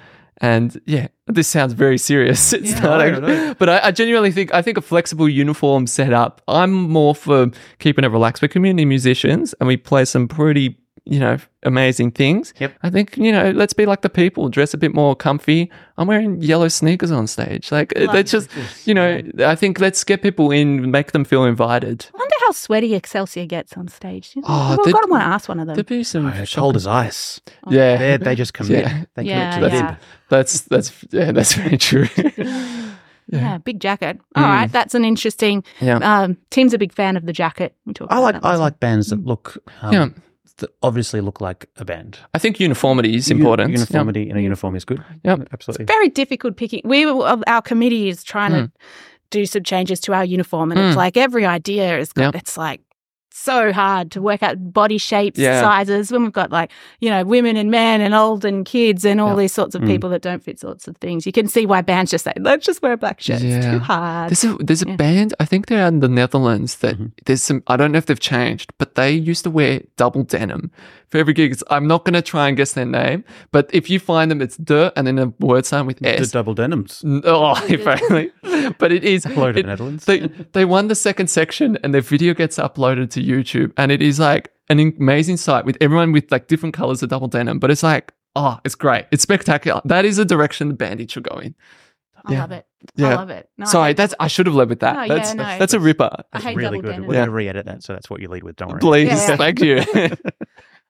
Speaker 3: And yeah, this sounds very serious. It's
Speaker 1: Yeah,
Speaker 3: not,
Speaker 1: I
Speaker 3: I
Speaker 1: don't know.
Speaker 3: but I, I genuinely think I think a flexible uniform setup. I'm more for keeping it relaxed. We're community musicians, and we play some pretty you know amazing things.
Speaker 1: Yep.
Speaker 3: I think you know let's be like the people, dress a bit more comfy. I'm wearing yellow sneakers on stage. Like
Speaker 2: Love
Speaker 3: that's just you know I think let's get people in, make them feel invited.
Speaker 2: I wonder how sweaty Excelsior gets on stage. You know,
Speaker 3: Oh,
Speaker 2: I've
Speaker 3: the-
Speaker 2: got to want to ask one of them.
Speaker 3: There'd be some
Speaker 1: Oh, it's cold as ice.
Speaker 3: yeah.
Speaker 1: They they just commit.
Speaker 3: Yeah.
Speaker 1: They
Speaker 2: Yeah,
Speaker 1: commit to
Speaker 3: yeah.
Speaker 1: the
Speaker 3: That's that's yeah, that's very true.
Speaker 2: Yeah, big jacket. All right, that's an interesting.
Speaker 3: Yeah.
Speaker 2: Um, Tim's a big fan of the jacket. We talked
Speaker 1: I
Speaker 2: about
Speaker 1: like
Speaker 2: that
Speaker 1: I
Speaker 2: Mm. last
Speaker 1: like bands that look um,
Speaker 3: Yeah.
Speaker 1: that obviously look like a band.
Speaker 3: I think uniformity is
Speaker 1: U-
Speaker 3: important. Yeah. Mm.
Speaker 1: Uniformity in a uniform is good.
Speaker 3: Yep.
Speaker 1: absolutely.
Speaker 2: very difficult picking. We were, of- our committee is trying
Speaker 3: Hmm.
Speaker 2: to do some changes to our uniform, and it's
Speaker 3: Mm.
Speaker 2: like every idea is got, it's like so hard to work out body shapes,
Speaker 3: Yeah.
Speaker 2: sizes. When we've got like you know women and men and old and kids and all
Speaker 1: Yeah.
Speaker 2: these sorts of
Speaker 3: Hmm.
Speaker 1: Mm.
Speaker 2: people that don't fit sorts of things, you can see why bands just say let's just wear black shirts. It's
Speaker 3: Yeah.
Speaker 2: too hard.
Speaker 3: There's a there's a
Speaker 2: Yeah.
Speaker 3: band I think they're out in the Netherlands that
Speaker 1: Mhm.
Speaker 3: there's some I don't know if they've changed but they used to wear double denim for every gig. It's- I'm not gonna try and guess their name, but if you find them, it's dirt and then a word sign with
Speaker 1: The
Speaker 3: s.
Speaker 1: double denims.
Speaker 3: N- Oh, frankly, but it is
Speaker 1: Hello to
Speaker 3: it-
Speaker 1: the Netherlands.
Speaker 3: they they won the second section and their video gets uploaded to YouTube and it is like an in- amazing sight with everyone with like different colors of double denim, but it's like oh, it's great, it's spectacular. That is the direction the bandit should go in.
Speaker 2: I
Speaker 3: yeah.
Speaker 2: love it. I
Speaker 3: Yeah.
Speaker 2: love it. No, I
Speaker 3: Sorry,
Speaker 2: hate-
Speaker 3: that's I should have led with
Speaker 2: No,
Speaker 3: that. that's
Speaker 2: yeah, no.
Speaker 3: that's a ripper.
Speaker 2: I
Speaker 1: It's
Speaker 2: hate
Speaker 1: really
Speaker 2: double
Speaker 1: good.
Speaker 2: denim.
Speaker 1: We're
Speaker 3: Yeah.
Speaker 1: going to re-edit that, so that's what you lead with. Don't worry.
Speaker 3: Please,
Speaker 2: Yeah.
Speaker 3: thank you.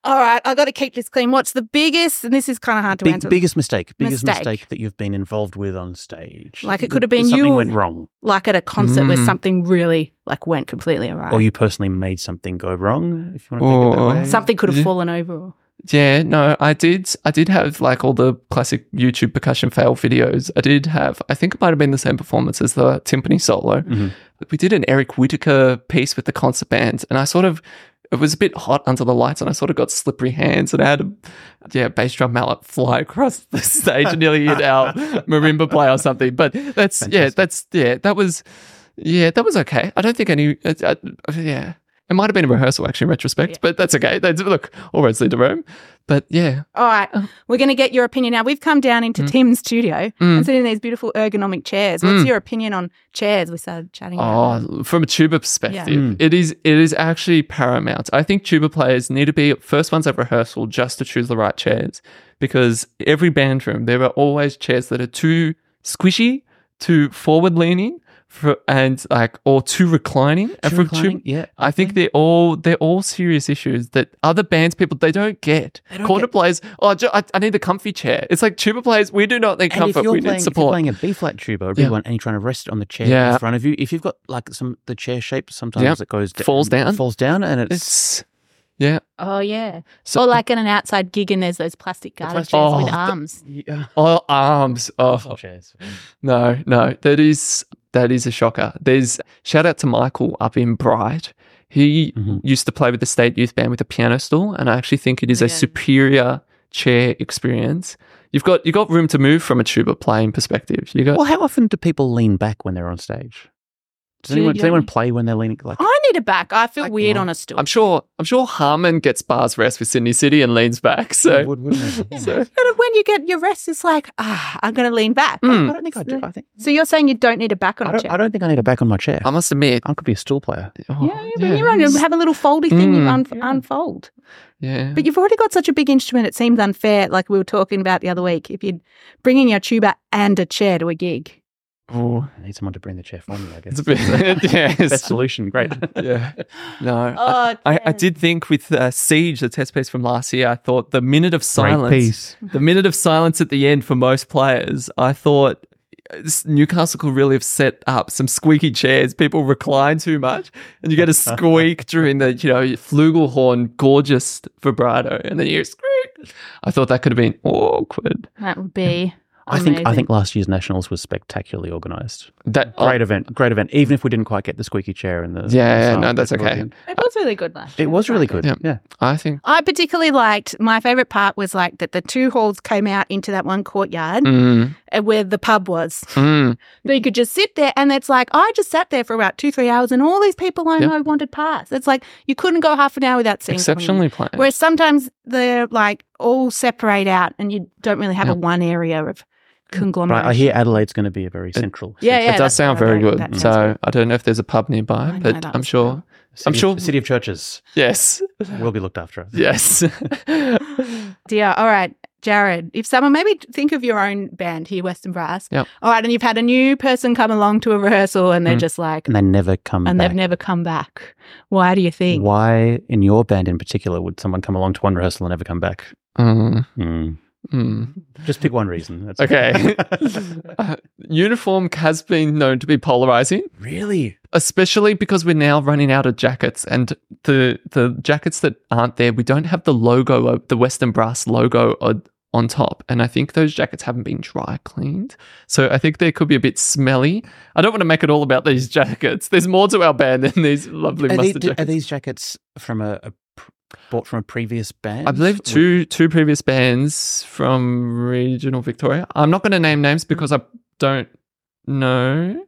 Speaker 2: All right, I've got to keep this clean. What's the biggest? And this is kind of hard to
Speaker 1: Big,
Speaker 2: answer.
Speaker 1: biggest mistake, biggest mistake.
Speaker 2: Mistake.
Speaker 1: that you've been involved with on stage.
Speaker 2: Like it
Speaker 1: That-
Speaker 2: could have been
Speaker 1: something
Speaker 2: you-
Speaker 1: went wrong,
Speaker 2: like at a concert where
Speaker 3: Mm.
Speaker 2: something really like went completely awry.
Speaker 3: Oh,
Speaker 1: or you personally made something go wrong. If you want to think of it
Speaker 3: Or-
Speaker 1: that way.
Speaker 2: Something could have
Speaker 3: Yeah.
Speaker 2: fallen over. or-
Speaker 3: yeah, no, I did. I did have like all the classic YouTube percussion fail videos. I did have. I think it might have been the same performance as the timpani solo.
Speaker 1: Mhm.
Speaker 3: We did an Eric Whitaker piece with the concert band, and I sort of. It was a bit hot under the lights, and I sort of got slippery hands, and I had a yeah bass drum mallet fly across the stage and nearly hit our marimba player or something. But that's yeah,
Speaker 1: Fantastic.
Speaker 3: that's yeah, that was yeah, that was okay. I don't think any uh, uh, yeah, It might have been a rehearsal, actually, in retrospect,
Speaker 2: Yeah.
Speaker 3: but that's okay. They, look, all roads lead to Rome. But yeah,
Speaker 2: All right, we're going to get your opinion now. We've come down into
Speaker 3: Oh. Mm.
Speaker 2: Tim's studio
Speaker 3: Mm.
Speaker 2: and sitting in these beautiful ergonomic chairs. What's
Speaker 3: Mm.
Speaker 2: your opinion on chairs? We started chatting. about that.
Speaker 3: oh, from a tuba perspective,
Speaker 1: Mm.
Speaker 3: it is it is actually paramount. I think tuba players need to be first ones at rehearsal just to choose the right chairs, because every band room there are always chairs that are too squishy, too forward leaning, for, and like or too reclining. And
Speaker 1: Too
Speaker 3: for
Speaker 1: reclining?
Speaker 3: tuba-
Speaker 1: yeah.
Speaker 3: I think they're all they're all serious issues that other bands people they don't get. Quarter players, oh, ju- I, I need the comfy chair. It's like tuba players, we do not need
Speaker 1: And if
Speaker 3: comfort.
Speaker 1: you're, playing,
Speaker 3: we need
Speaker 1: if you're
Speaker 3: support.
Speaker 1: playing a B flat tuba, a big
Speaker 3: Yeah.
Speaker 1: one, and you're trying to rest it on the chair in
Speaker 3: Yeah.
Speaker 1: front of you, if you've got like some the chair shape, sometimes
Speaker 3: Yep.
Speaker 1: it goes d-
Speaker 3: Falls down.
Speaker 1: falls down, and it's,
Speaker 3: it's yeah.
Speaker 2: Oh, yeah.
Speaker 3: So-
Speaker 2: or like at an outside gig and there's those plastic garden
Speaker 1: plastic-
Speaker 2: chairs
Speaker 3: Oh,
Speaker 2: with
Speaker 3: the-
Speaker 2: arms.
Speaker 3: Oh, arms. Oh,
Speaker 1: chairs.
Speaker 3: no, no. That is that is a shocker. There's shout out to Michael up in Bright. He
Speaker 2: Mm.
Speaker 1: Mhm.
Speaker 3: used to play with the state youth band with a piano stool, and I actually think it is a
Speaker 2: Okay.
Speaker 3: superior chair experience. You've got you got room to move from a tuba playing perspective. You got
Speaker 1: Well, how often do people lean back when they're on stage? Does
Speaker 2: Do
Speaker 1: anyone,
Speaker 2: you-
Speaker 1: does anyone play when they're leaning? Like,
Speaker 2: I need a back. I feel
Speaker 3: Like
Speaker 2: weird
Speaker 1: what?
Speaker 2: on a stool.
Speaker 3: I'm sure I'm sure Harmon gets bars rest with Sydney City and leans back.
Speaker 1: You
Speaker 3: So,
Speaker 1: would, wouldn't they?
Speaker 3: so
Speaker 2: But when you get your rest, it's like, ah, I'm going to lean back.
Speaker 3: Mm.
Speaker 1: I don't think I do. I think
Speaker 2: So you're saying you don't need a back on
Speaker 1: I
Speaker 2: a
Speaker 1: don't,
Speaker 2: chair?
Speaker 1: I don't think I need a back on my chair.
Speaker 3: I must admit,
Speaker 1: I could be a stool player.
Speaker 3: oh,
Speaker 2: yeah, yeah, when you're on, you
Speaker 3: yeah.
Speaker 2: have a little foldy thing you
Speaker 3: Mm.
Speaker 2: un-
Speaker 1: Yeah.
Speaker 2: unfold.
Speaker 3: yeah.
Speaker 2: But you've already got such a big instrument. It seems unfair, like we were talking about the other week. If you'd bring in your tuba and a chair to a gig,
Speaker 3: Oh,
Speaker 1: I need someone to bring the chair for me. I guess.
Speaker 3: it's a bit, yeah, it's-
Speaker 1: Best solution. Great.
Speaker 3: yeah. No,
Speaker 2: Oh,
Speaker 3: I, I
Speaker 2: Ted.
Speaker 3: did think with uh, Siege, the test piece from last year, I thought the minute of silence, the minute of silence at the end for most players, I thought uh, s- Newcastle could really have set up some squeaky chairs. People recline too much, and you get a squeak during the you know flugelhorn, gorgeous vibrato, and then you hear squeak. I thought that could have been awkward.
Speaker 2: that would be.
Speaker 1: I think I
Speaker 2: amazing.
Speaker 1: think last year's nationals was spectacularly organised.
Speaker 3: That
Speaker 1: Great event. Great event. Even if we didn't quite get the squeaky chair and the
Speaker 3: Oh. Yeah,
Speaker 1: the
Speaker 3: yeah,
Speaker 1: sound,
Speaker 3: no, that's
Speaker 1: it brought
Speaker 3: okay.
Speaker 1: in.
Speaker 2: it was really good last year.
Speaker 1: It was really good. Yeah.
Speaker 3: Yeah. I think.
Speaker 2: I particularly liked my favorite part was like that the two halls came out into that one courtyard
Speaker 3: Mm,
Speaker 2: uh, where the pub was.
Speaker 3: mm,
Speaker 2: So you could just sit there, and it's like I just sat there for about two, three hours, and all these people I
Speaker 3: Yeah.
Speaker 2: know wandered past. It's like you couldn't go half an hour without seeing someone.
Speaker 3: exceptionally planned.
Speaker 2: Whereas sometimes they're like all separate out and you don't really have
Speaker 3: Yeah.
Speaker 2: a one area of
Speaker 1: But
Speaker 2: conglomeration.
Speaker 1: I, I hear Adelaide's going to be a
Speaker 3: Uh,
Speaker 1: very central.
Speaker 2: yeah, yeah.
Speaker 3: it does
Speaker 2: that's
Speaker 3: sound
Speaker 2: what I
Speaker 3: very
Speaker 2: heard.
Speaker 3: good.
Speaker 2: That sounds
Speaker 3: So I don't know if there's a pub nearby,
Speaker 2: I know
Speaker 3: but
Speaker 2: that
Speaker 3: I'm
Speaker 2: was
Speaker 3: sure.
Speaker 2: cool.
Speaker 1: City
Speaker 3: I'm
Speaker 1: of-
Speaker 3: sure-
Speaker 1: the city of churches
Speaker 3: Yes.
Speaker 1: will be looked after.
Speaker 3: Yes.
Speaker 2: Dear, all right, Jared, if someone maybe think of your own band here, Western Brass.
Speaker 3: Yep.
Speaker 2: All right, and you've had a new person come along to a rehearsal and they're
Speaker 3: Mm.
Speaker 2: just like,
Speaker 1: And they never come
Speaker 2: and
Speaker 1: back.
Speaker 2: they've never come back. Why do you think?
Speaker 1: Why, in your band in particular, would someone come along to one rehearsal and never come back?
Speaker 3: Mm.
Speaker 1: Mm.
Speaker 3: Hmm.
Speaker 1: Just pick one reason. That's
Speaker 3: Okay. Uh, uniform has been known to be polarizing,
Speaker 1: really?
Speaker 3: especially because we're now running out of jackets, and the the jackets that aren't there, we don't have the logo of the Western Brass logo on, on top, and I think those jackets haven't been dry cleaned, so I think they could be a bit smelly. I don't want to make it all about these jackets. There's more to our band than these lovely
Speaker 1: Are, they,
Speaker 3: mustard
Speaker 1: do,
Speaker 3: jackets.
Speaker 1: are these jackets from a, a pr- bought from a previous band?
Speaker 3: I believe two two previous bands from regional Victoria. I'm not going to name names because I don't know,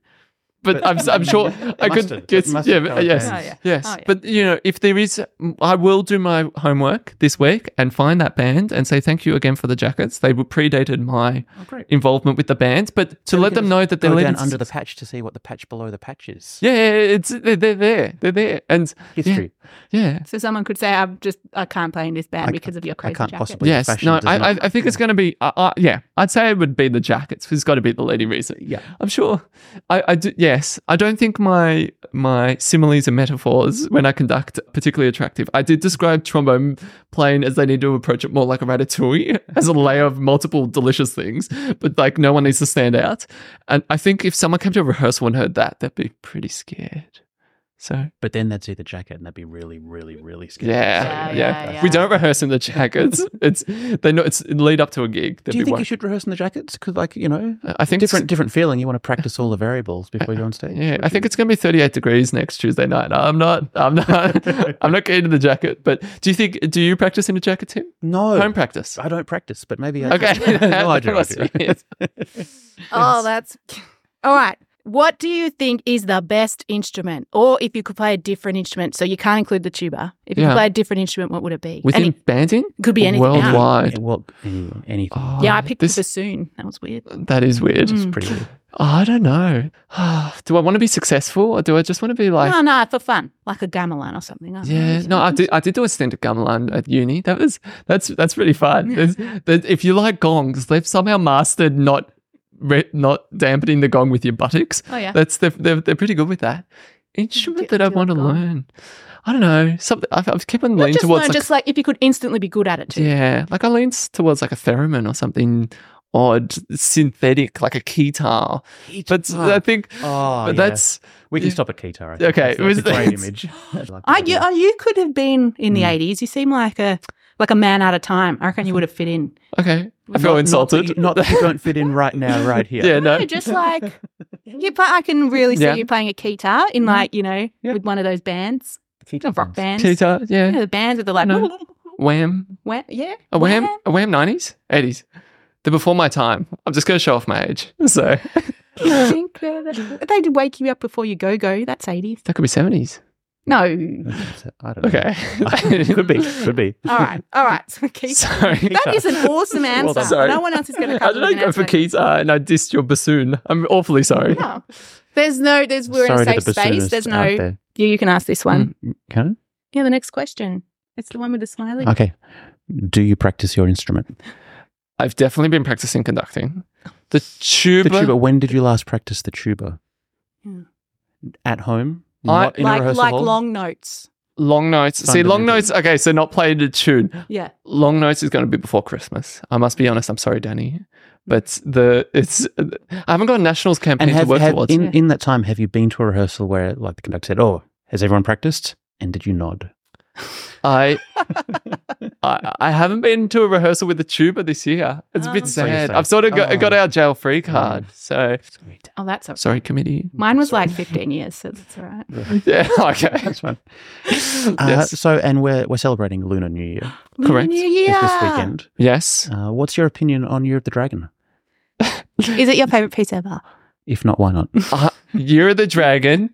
Speaker 3: but,
Speaker 1: But-
Speaker 3: I'm, s- I'm sure
Speaker 1: It
Speaker 3: I
Speaker 1: must have-
Speaker 3: could
Speaker 1: it
Speaker 3: guess.
Speaker 1: must
Speaker 3: Yeah,
Speaker 1: have come
Speaker 3: but- uh,
Speaker 1: with
Speaker 3: yes,
Speaker 1: bands. Oh, yeah.
Speaker 3: yes.
Speaker 2: Oh, yeah.
Speaker 3: But you know, if there is, I will do my homework this week and find that band and say thank you again for the jackets. They were predated my
Speaker 1: Oh, great.
Speaker 3: involvement with the band, but to
Speaker 1: we
Speaker 3: let
Speaker 1: can
Speaker 3: them know that they're
Speaker 1: Go
Speaker 3: letting
Speaker 1: down
Speaker 3: s-
Speaker 1: under the patch to see what the patch below the patch is.
Speaker 3: Yeah, yeah, yeah, it's they're, they're there, they're there, and
Speaker 1: History.
Speaker 3: yeah.
Speaker 2: So someone could say, "I'm just I can't play in this band
Speaker 1: I-
Speaker 2: because of your
Speaker 1: I
Speaker 2: crazy
Speaker 1: can't
Speaker 2: jacket."
Speaker 1: possibly.
Speaker 3: yes,
Speaker 1: fashion
Speaker 3: no,
Speaker 1: does
Speaker 3: I, I,
Speaker 1: not-
Speaker 3: I think it's going to be, uh, uh, yeah, I'd say it would be the jackets. It's got to be the leading reason.
Speaker 1: Yeah.
Speaker 3: I'm sure. I, I do, yes, I don't think my my similes and metaphors when I conduct are particularly attractive. I did describe trombone playing as they need to approach it more like a ratatouille, as a layer of multiple delicious things, but like no one needs to stand out. And I think if someone came to a rehearsal and heard that, they'd be pretty scared. So
Speaker 1: But then they'd see the jacket and they'd be really, really, really scared.
Speaker 3: yeah, yeah,
Speaker 2: Yeah, yeah,
Speaker 3: we
Speaker 2: yeah.
Speaker 3: don't rehearse in the jackets. it's they know it's lead up to a gig. They'd
Speaker 1: Do you
Speaker 3: be
Speaker 1: think
Speaker 3: wor-
Speaker 1: you should rehearse in the jackets? Because, like, you know,
Speaker 3: Uh, I think
Speaker 1: different different feeling. You want to practice all the variables before you go on stage.
Speaker 3: Yeah, I think it's going to be 38 degrees next Tuesday night. I'm not, I'm not, I'm not getting to the jacket. But do you think, do you practice in a jacket, Tim?
Speaker 1: no.
Speaker 3: Home practice.
Speaker 1: I don't practice, but maybe. I
Speaker 3: Okay.
Speaker 1: Oh. no, I do. I
Speaker 3: Must
Speaker 1: do.
Speaker 3: be it.
Speaker 2: Oh, that's all right. What do you think is the best instrument? Or if you could play a different instrument, so you can't include the tuba. If you
Speaker 3: Yeah.
Speaker 2: could play a different instrument, what would it be?
Speaker 3: Within
Speaker 2: Any-
Speaker 3: banding?
Speaker 2: could be anything. Now.
Speaker 3: Worldwide.
Speaker 1: Yeah, well, any- anything.
Speaker 3: Oh,
Speaker 2: Yeah, I picked Hmm.
Speaker 3: this.
Speaker 2: the bassoon. That was weird.
Speaker 3: that is weird. Oh,
Speaker 1: It's pretty weird.
Speaker 3: I don't know. Ah, do I want to be successful or do I just want to be like,
Speaker 2: no, no, for fun, like a gamelan or something. Ah. I don't know.
Speaker 3: Yeah, no, I did. I did do a stint at gamelan at uni. That was that's that's really fun. There's- there- if you like gongs, they've somehow mastered not re- not dampening the gong with your buttocks.
Speaker 2: Oh yeah.
Speaker 3: That's they're, they're, they're pretty good with that. Instrument
Speaker 2: Do-
Speaker 3: that I
Speaker 2: do a
Speaker 3: want to
Speaker 2: gong.
Speaker 3: learn, I don't know something. I've, I've kept on
Speaker 2: Not
Speaker 3: leaning
Speaker 2: just
Speaker 3: towards
Speaker 2: learn,
Speaker 3: like,
Speaker 2: just like if you could instantly be good at it too.
Speaker 3: yeah, like I lean s- towards like a theremin or something odd, synthetic, like a guitar. But
Speaker 2: Ah.
Speaker 3: I think,
Speaker 1: Oh,
Speaker 3: but
Speaker 1: yeah.
Speaker 3: that's
Speaker 1: we can
Speaker 3: yeah.
Speaker 1: stop at Keter. I think.
Speaker 3: Okay,
Speaker 1: That's-
Speaker 3: it was-
Speaker 1: that's a great
Speaker 3: that's-
Speaker 1: image.
Speaker 2: I, you, oh, you could have been in the
Speaker 3: Hmm.
Speaker 1: Mm.
Speaker 2: eighties. You seem like a like a man out of time. I reckon you would have fit in.
Speaker 3: okay. I
Speaker 1: Not- not
Speaker 3: feel
Speaker 1: that
Speaker 3: insulted.
Speaker 1: you- Not that you don't fit in right now, right here.
Speaker 3: yeah, no.
Speaker 2: No, just like you play, I can really see
Speaker 3: Yeah. Mm-hmm.
Speaker 2: you playing a guitar in like you know
Speaker 1: Yeah.
Speaker 2: with one of those bands,
Speaker 1: Keter
Speaker 2: the rock
Speaker 1: fans.
Speaker 2: bands.
Speaker 3: Guitar,
Speaker 2: You
Speaker 3: yeah.
Speaker 2: know, the bands with the like,
Speaker 3: No. Wham.
Speaker 2: wha- yeah,
Speaker 3: A Wham, a Wham nineties, eighties. They're before my time. I'm just gonna show off my age. So
Speaker 2: I think uh, that- they did wake you up before you go go. That's eighties.
Speaker 3: that could be seventies.
Speaker 2: No,
Speaker 1: I don't know.
Speaker 3: Okay,
Speaker 1: could be. Could be.
Speaker 2: all right, all right. So Keith,
Speaker 3: Sorry.
Speaker 1: Keita.
Speaker 2: that is an awesome answer.
Speaker 1: done.
Speaker 3: Sorry.
Speaker 2: no one else is going to
Speaker 3: How
Speaker 2: come.
Speaker 3: did
Speaker 2: with
Speaker 3: I
Speaker 2: an
Speaker 3: go for
Speaker 2: answer.
Speaker 3: Keita and I dissed your bassoon? I'm awfully sorry.
Speaker 2: No. There's no. There's we're
Speaker 1: Sorry
Speaker 2: in a
Speaker 1: to
Speaker 2: safe
Speaker 1: the
Speaker 2: space.
Speaker 1: bassoonists
Speaker 2: There's
Speaker 1: out
Speaker 2: no.
Speaker 1: there. Mm.
Speaker 2: You, you can ask this one.
Speaker 1: Can
Speaker 2: Yeah, the next question. It's the one with the smiley.
Speaker 1: I? Okay. Do you practice your instrument?
Speaker 3: I've definitely been practicing conducting. The
Speaker 1: The
Speaker 3: tuba.
Speaker 1: tuba. When did you last practice the tuba?
Speaker 2: Hmm.
Speaker 1: At home,
Speaker 3: I-
Speaker 1: not in a
Speaker 2: like
Speaker 1: rehearsal
Speaker 2: like
Speaker 1: hall?
Speaker 2: long notes.
Speaker 3: Long notes. See, long
Speaker 1: Fundamental.
Speaker 3: notes. Okay, so not played a tune.
Speaker 2: Yeah.
Speaker 3: Long Notes is going to be before Christmas. I must be honest. I'm sorry, Danny, but the it's I haven't got a nationals campaign
Speaker 1: And have,
Speaker 3: to work
Speaker 1: have-
Speaker 3: towards.
Speaker 1: in, in that time, have you been to a rehearsal where, like, the conductor said, "Oh, has everyone practiced?" And did you nod?
Speaker 3: I, I I haven't been to a rehearsal with the tuba this year. It's a bit
Speaker 2: Oh.
Speaker 1: So you're
Speaker 3: sad.
Speaker 1: safe.
Speaker 3: I've sort of got,
Speaker 1: Oh.
Speaker 3: got our jail free card. So
Speaker 2: Oh, that's all.
Speaker 3: sorry, committee.
Speaker 2: Mine was like 15 years, so that's all right.
Speaker 3: Yeah. Okay.
Speaker 1: That's fine. Uh,
Speaker 3: yes.
Speaker 1: So, and we're we're celebrating Lunar New Year
Speaker 3: Correct.
Speaker 2: New
Speaker 1: It's
Speaker 2: Year.
Speaker 1: this weekend.
Speaker 3: Yes.
Speaker 1: Uh, what's your opinion on Year of the Dragon?
Speaker 2: Is it your favorite piece ever?
Speaker 1: If not, why not?
Speaker 3: Uh, Year of the Dragon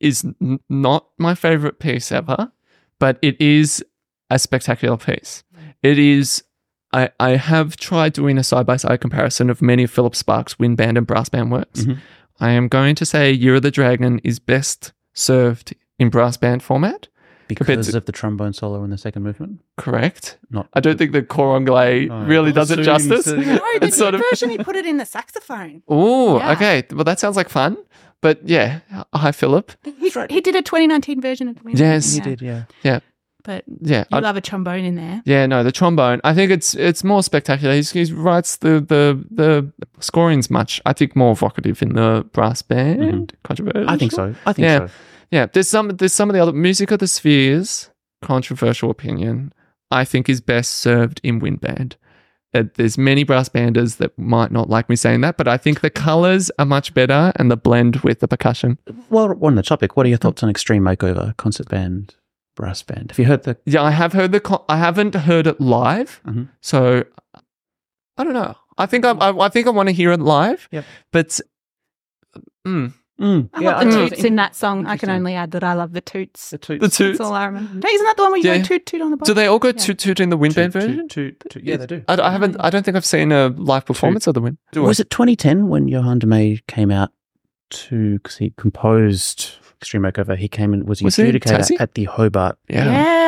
Speaker 3: is n- not my favorite piece ever, but it is a spectacular piece. It is. I, I have tried doing a side by side comparison of many of Philip Sparks' wind band and brass band works.
Speaker 1: Mhm.
Speaker 3: I am going to say Year of the Dragon is best served in brass band format.
Speaker 1: Because
Speaker 3: to-
Speaker 1: of the trombone solo in the second movement.
Speaker 3: Correct.
Speaker 1: Not. Oh,
Speaker 3: I don't think the core anglais
Speaker 1: No.
Speaker 3: really does it
Speaker 1: Soon,
Speaker 3: justice.
Speaker 1: soon. No,
Speaker 2: Oh,
Speaker 1: but
Speaker 2: the
Speaker 3: it's sort of
Speaker 2: version he put it in the saxophone.
Speaker 3: oh,
Speaker 2: Yeah.
Speaker 3: okay. Well, that sounds like fun. But yeah, hi Philip.
Speaker 2: He, he did a 2019 version of the
Speaker 3: Yes.
Speaker 1: You did, yeah.
Speaker 2: but
Speaker 3: Yeah,
Speaker 2: you
Speaker 3: I-
Speaker 2: love a trombone in there.
Speaker 3: yeah, no, the trombone. I think it's it's more spectacular. He's, he writes the the the scoring's much I think more evocative in the brass band. Controversial.
Speaker 1: Mm-hmm. I think so. I think
Speaker 3: Yeah.
Speaker 1: so.
Speaker 3: Yeah, there's some there's some of the other music of the spheres. Controversial opinion. I think is best served in wind band. Uh, there's many brass banders that might not like me saying that, but I think the colors are much better and the blend with the percussion.
Speaker 1: Well, we're on the topic, what are your
Speaker 2: Hmm.
Speaker 1: thoughts on Extreme Makeover concert band, brass band? Have you heard the?
Speaker 3: Yeah, I have heard the. Con- I haven't heard it live,
Speaker 1: Mhm.
Speaker 3: so I don't know. I think I, I, I think I want to hear it live.
Speaker 1: Yep.
Speaker 3: But mm,
Speaker 1: Mm,
Speaker 2: I
Speaker 1: yeah,
Speaker 2: love the
Speaker 1: I-
Speaker 2: toots in that song. I
Speaker 1: Interesting.
Speaker 2: can only add that I love the toots.
Speaker 1: the toot.
Speaker 3: the toot.
Speaker 2: That's all I remember. Isn't that the one where you
Speaker 3: Yeah.
Speaker 2: go toot toot on the bottom?
Speaker 3: Do they all go
Speaker 2: Yeah.
Speaker 3: toot toot in the wind band
Speaker 1: toot,
Speaker 3: version?
Speaker 1: toot, toot, toot. Yeah, they do.
Speaker 3: I, I haven't. I don't think I've seen a live performance of the wind. Do I?
Speaker 1: Was it 2010 when Johan de May came out to because he composed Extreme Makeover? He came and was,
Speaker 3: Was
Speaker 1: the
Speaker 3: he
Speaker 1: adjudicator
Speaker 3: Tassie?
Speaker 1: at the Hobart,
Speaker 3: Yeah.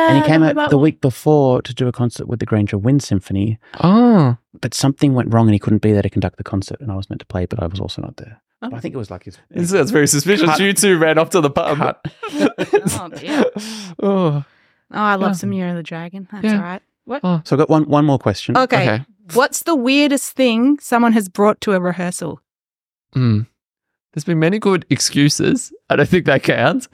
Speaker 1: and he came
Speaker 2: the
Speaker 1: out
Speaker 2: Hobart
Speaker 1: the
Speaker 2: one.
Speaker 1: week before to do a concert with the Granger Wind Symphony.
Speaker 3: Oh.
Speaker 1: But something went wrong, and he couldn't be there to conduct the concert. And I was meant to play, but I was also not there.
Speaker 2: Oh.
Speaker 1: But I think it was like his.
Speaker 3: This sounds very suspicious.
Speaker 1: Cut.
Speaker 3: You two ran off to the pub.
Speaker 1: Cut.
Speaker 2: Oh, dear.
Speaker 3: oh.
Speaker 2: Oh, I love
Speaker 3: Yeah.
Speaker 2: some Year of the Dragon. That's
Speaker 3: Yeah.
Speaker 2: all right. What?
Speaker 3: Oh,
Speaker 1: So I got one one more question.
Speaker 2: Okay.
Speaker 3: Okay.
Speaker 2: What's the weirdest thing someone has brought to a rehearsal?
Speaker 3: Mm. There's been many good excuses. I don't think that counts.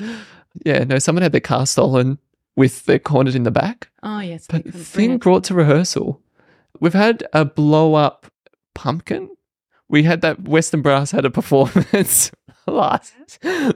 Speaker 3: Yeah. No. Someone had their car stolen with their cornet in the back.
Speaker 2: Oh yes,
Speaker 3: But thing brought to rehearsal, we've had a blow up pumpkin. We had that Western Brass had a performance last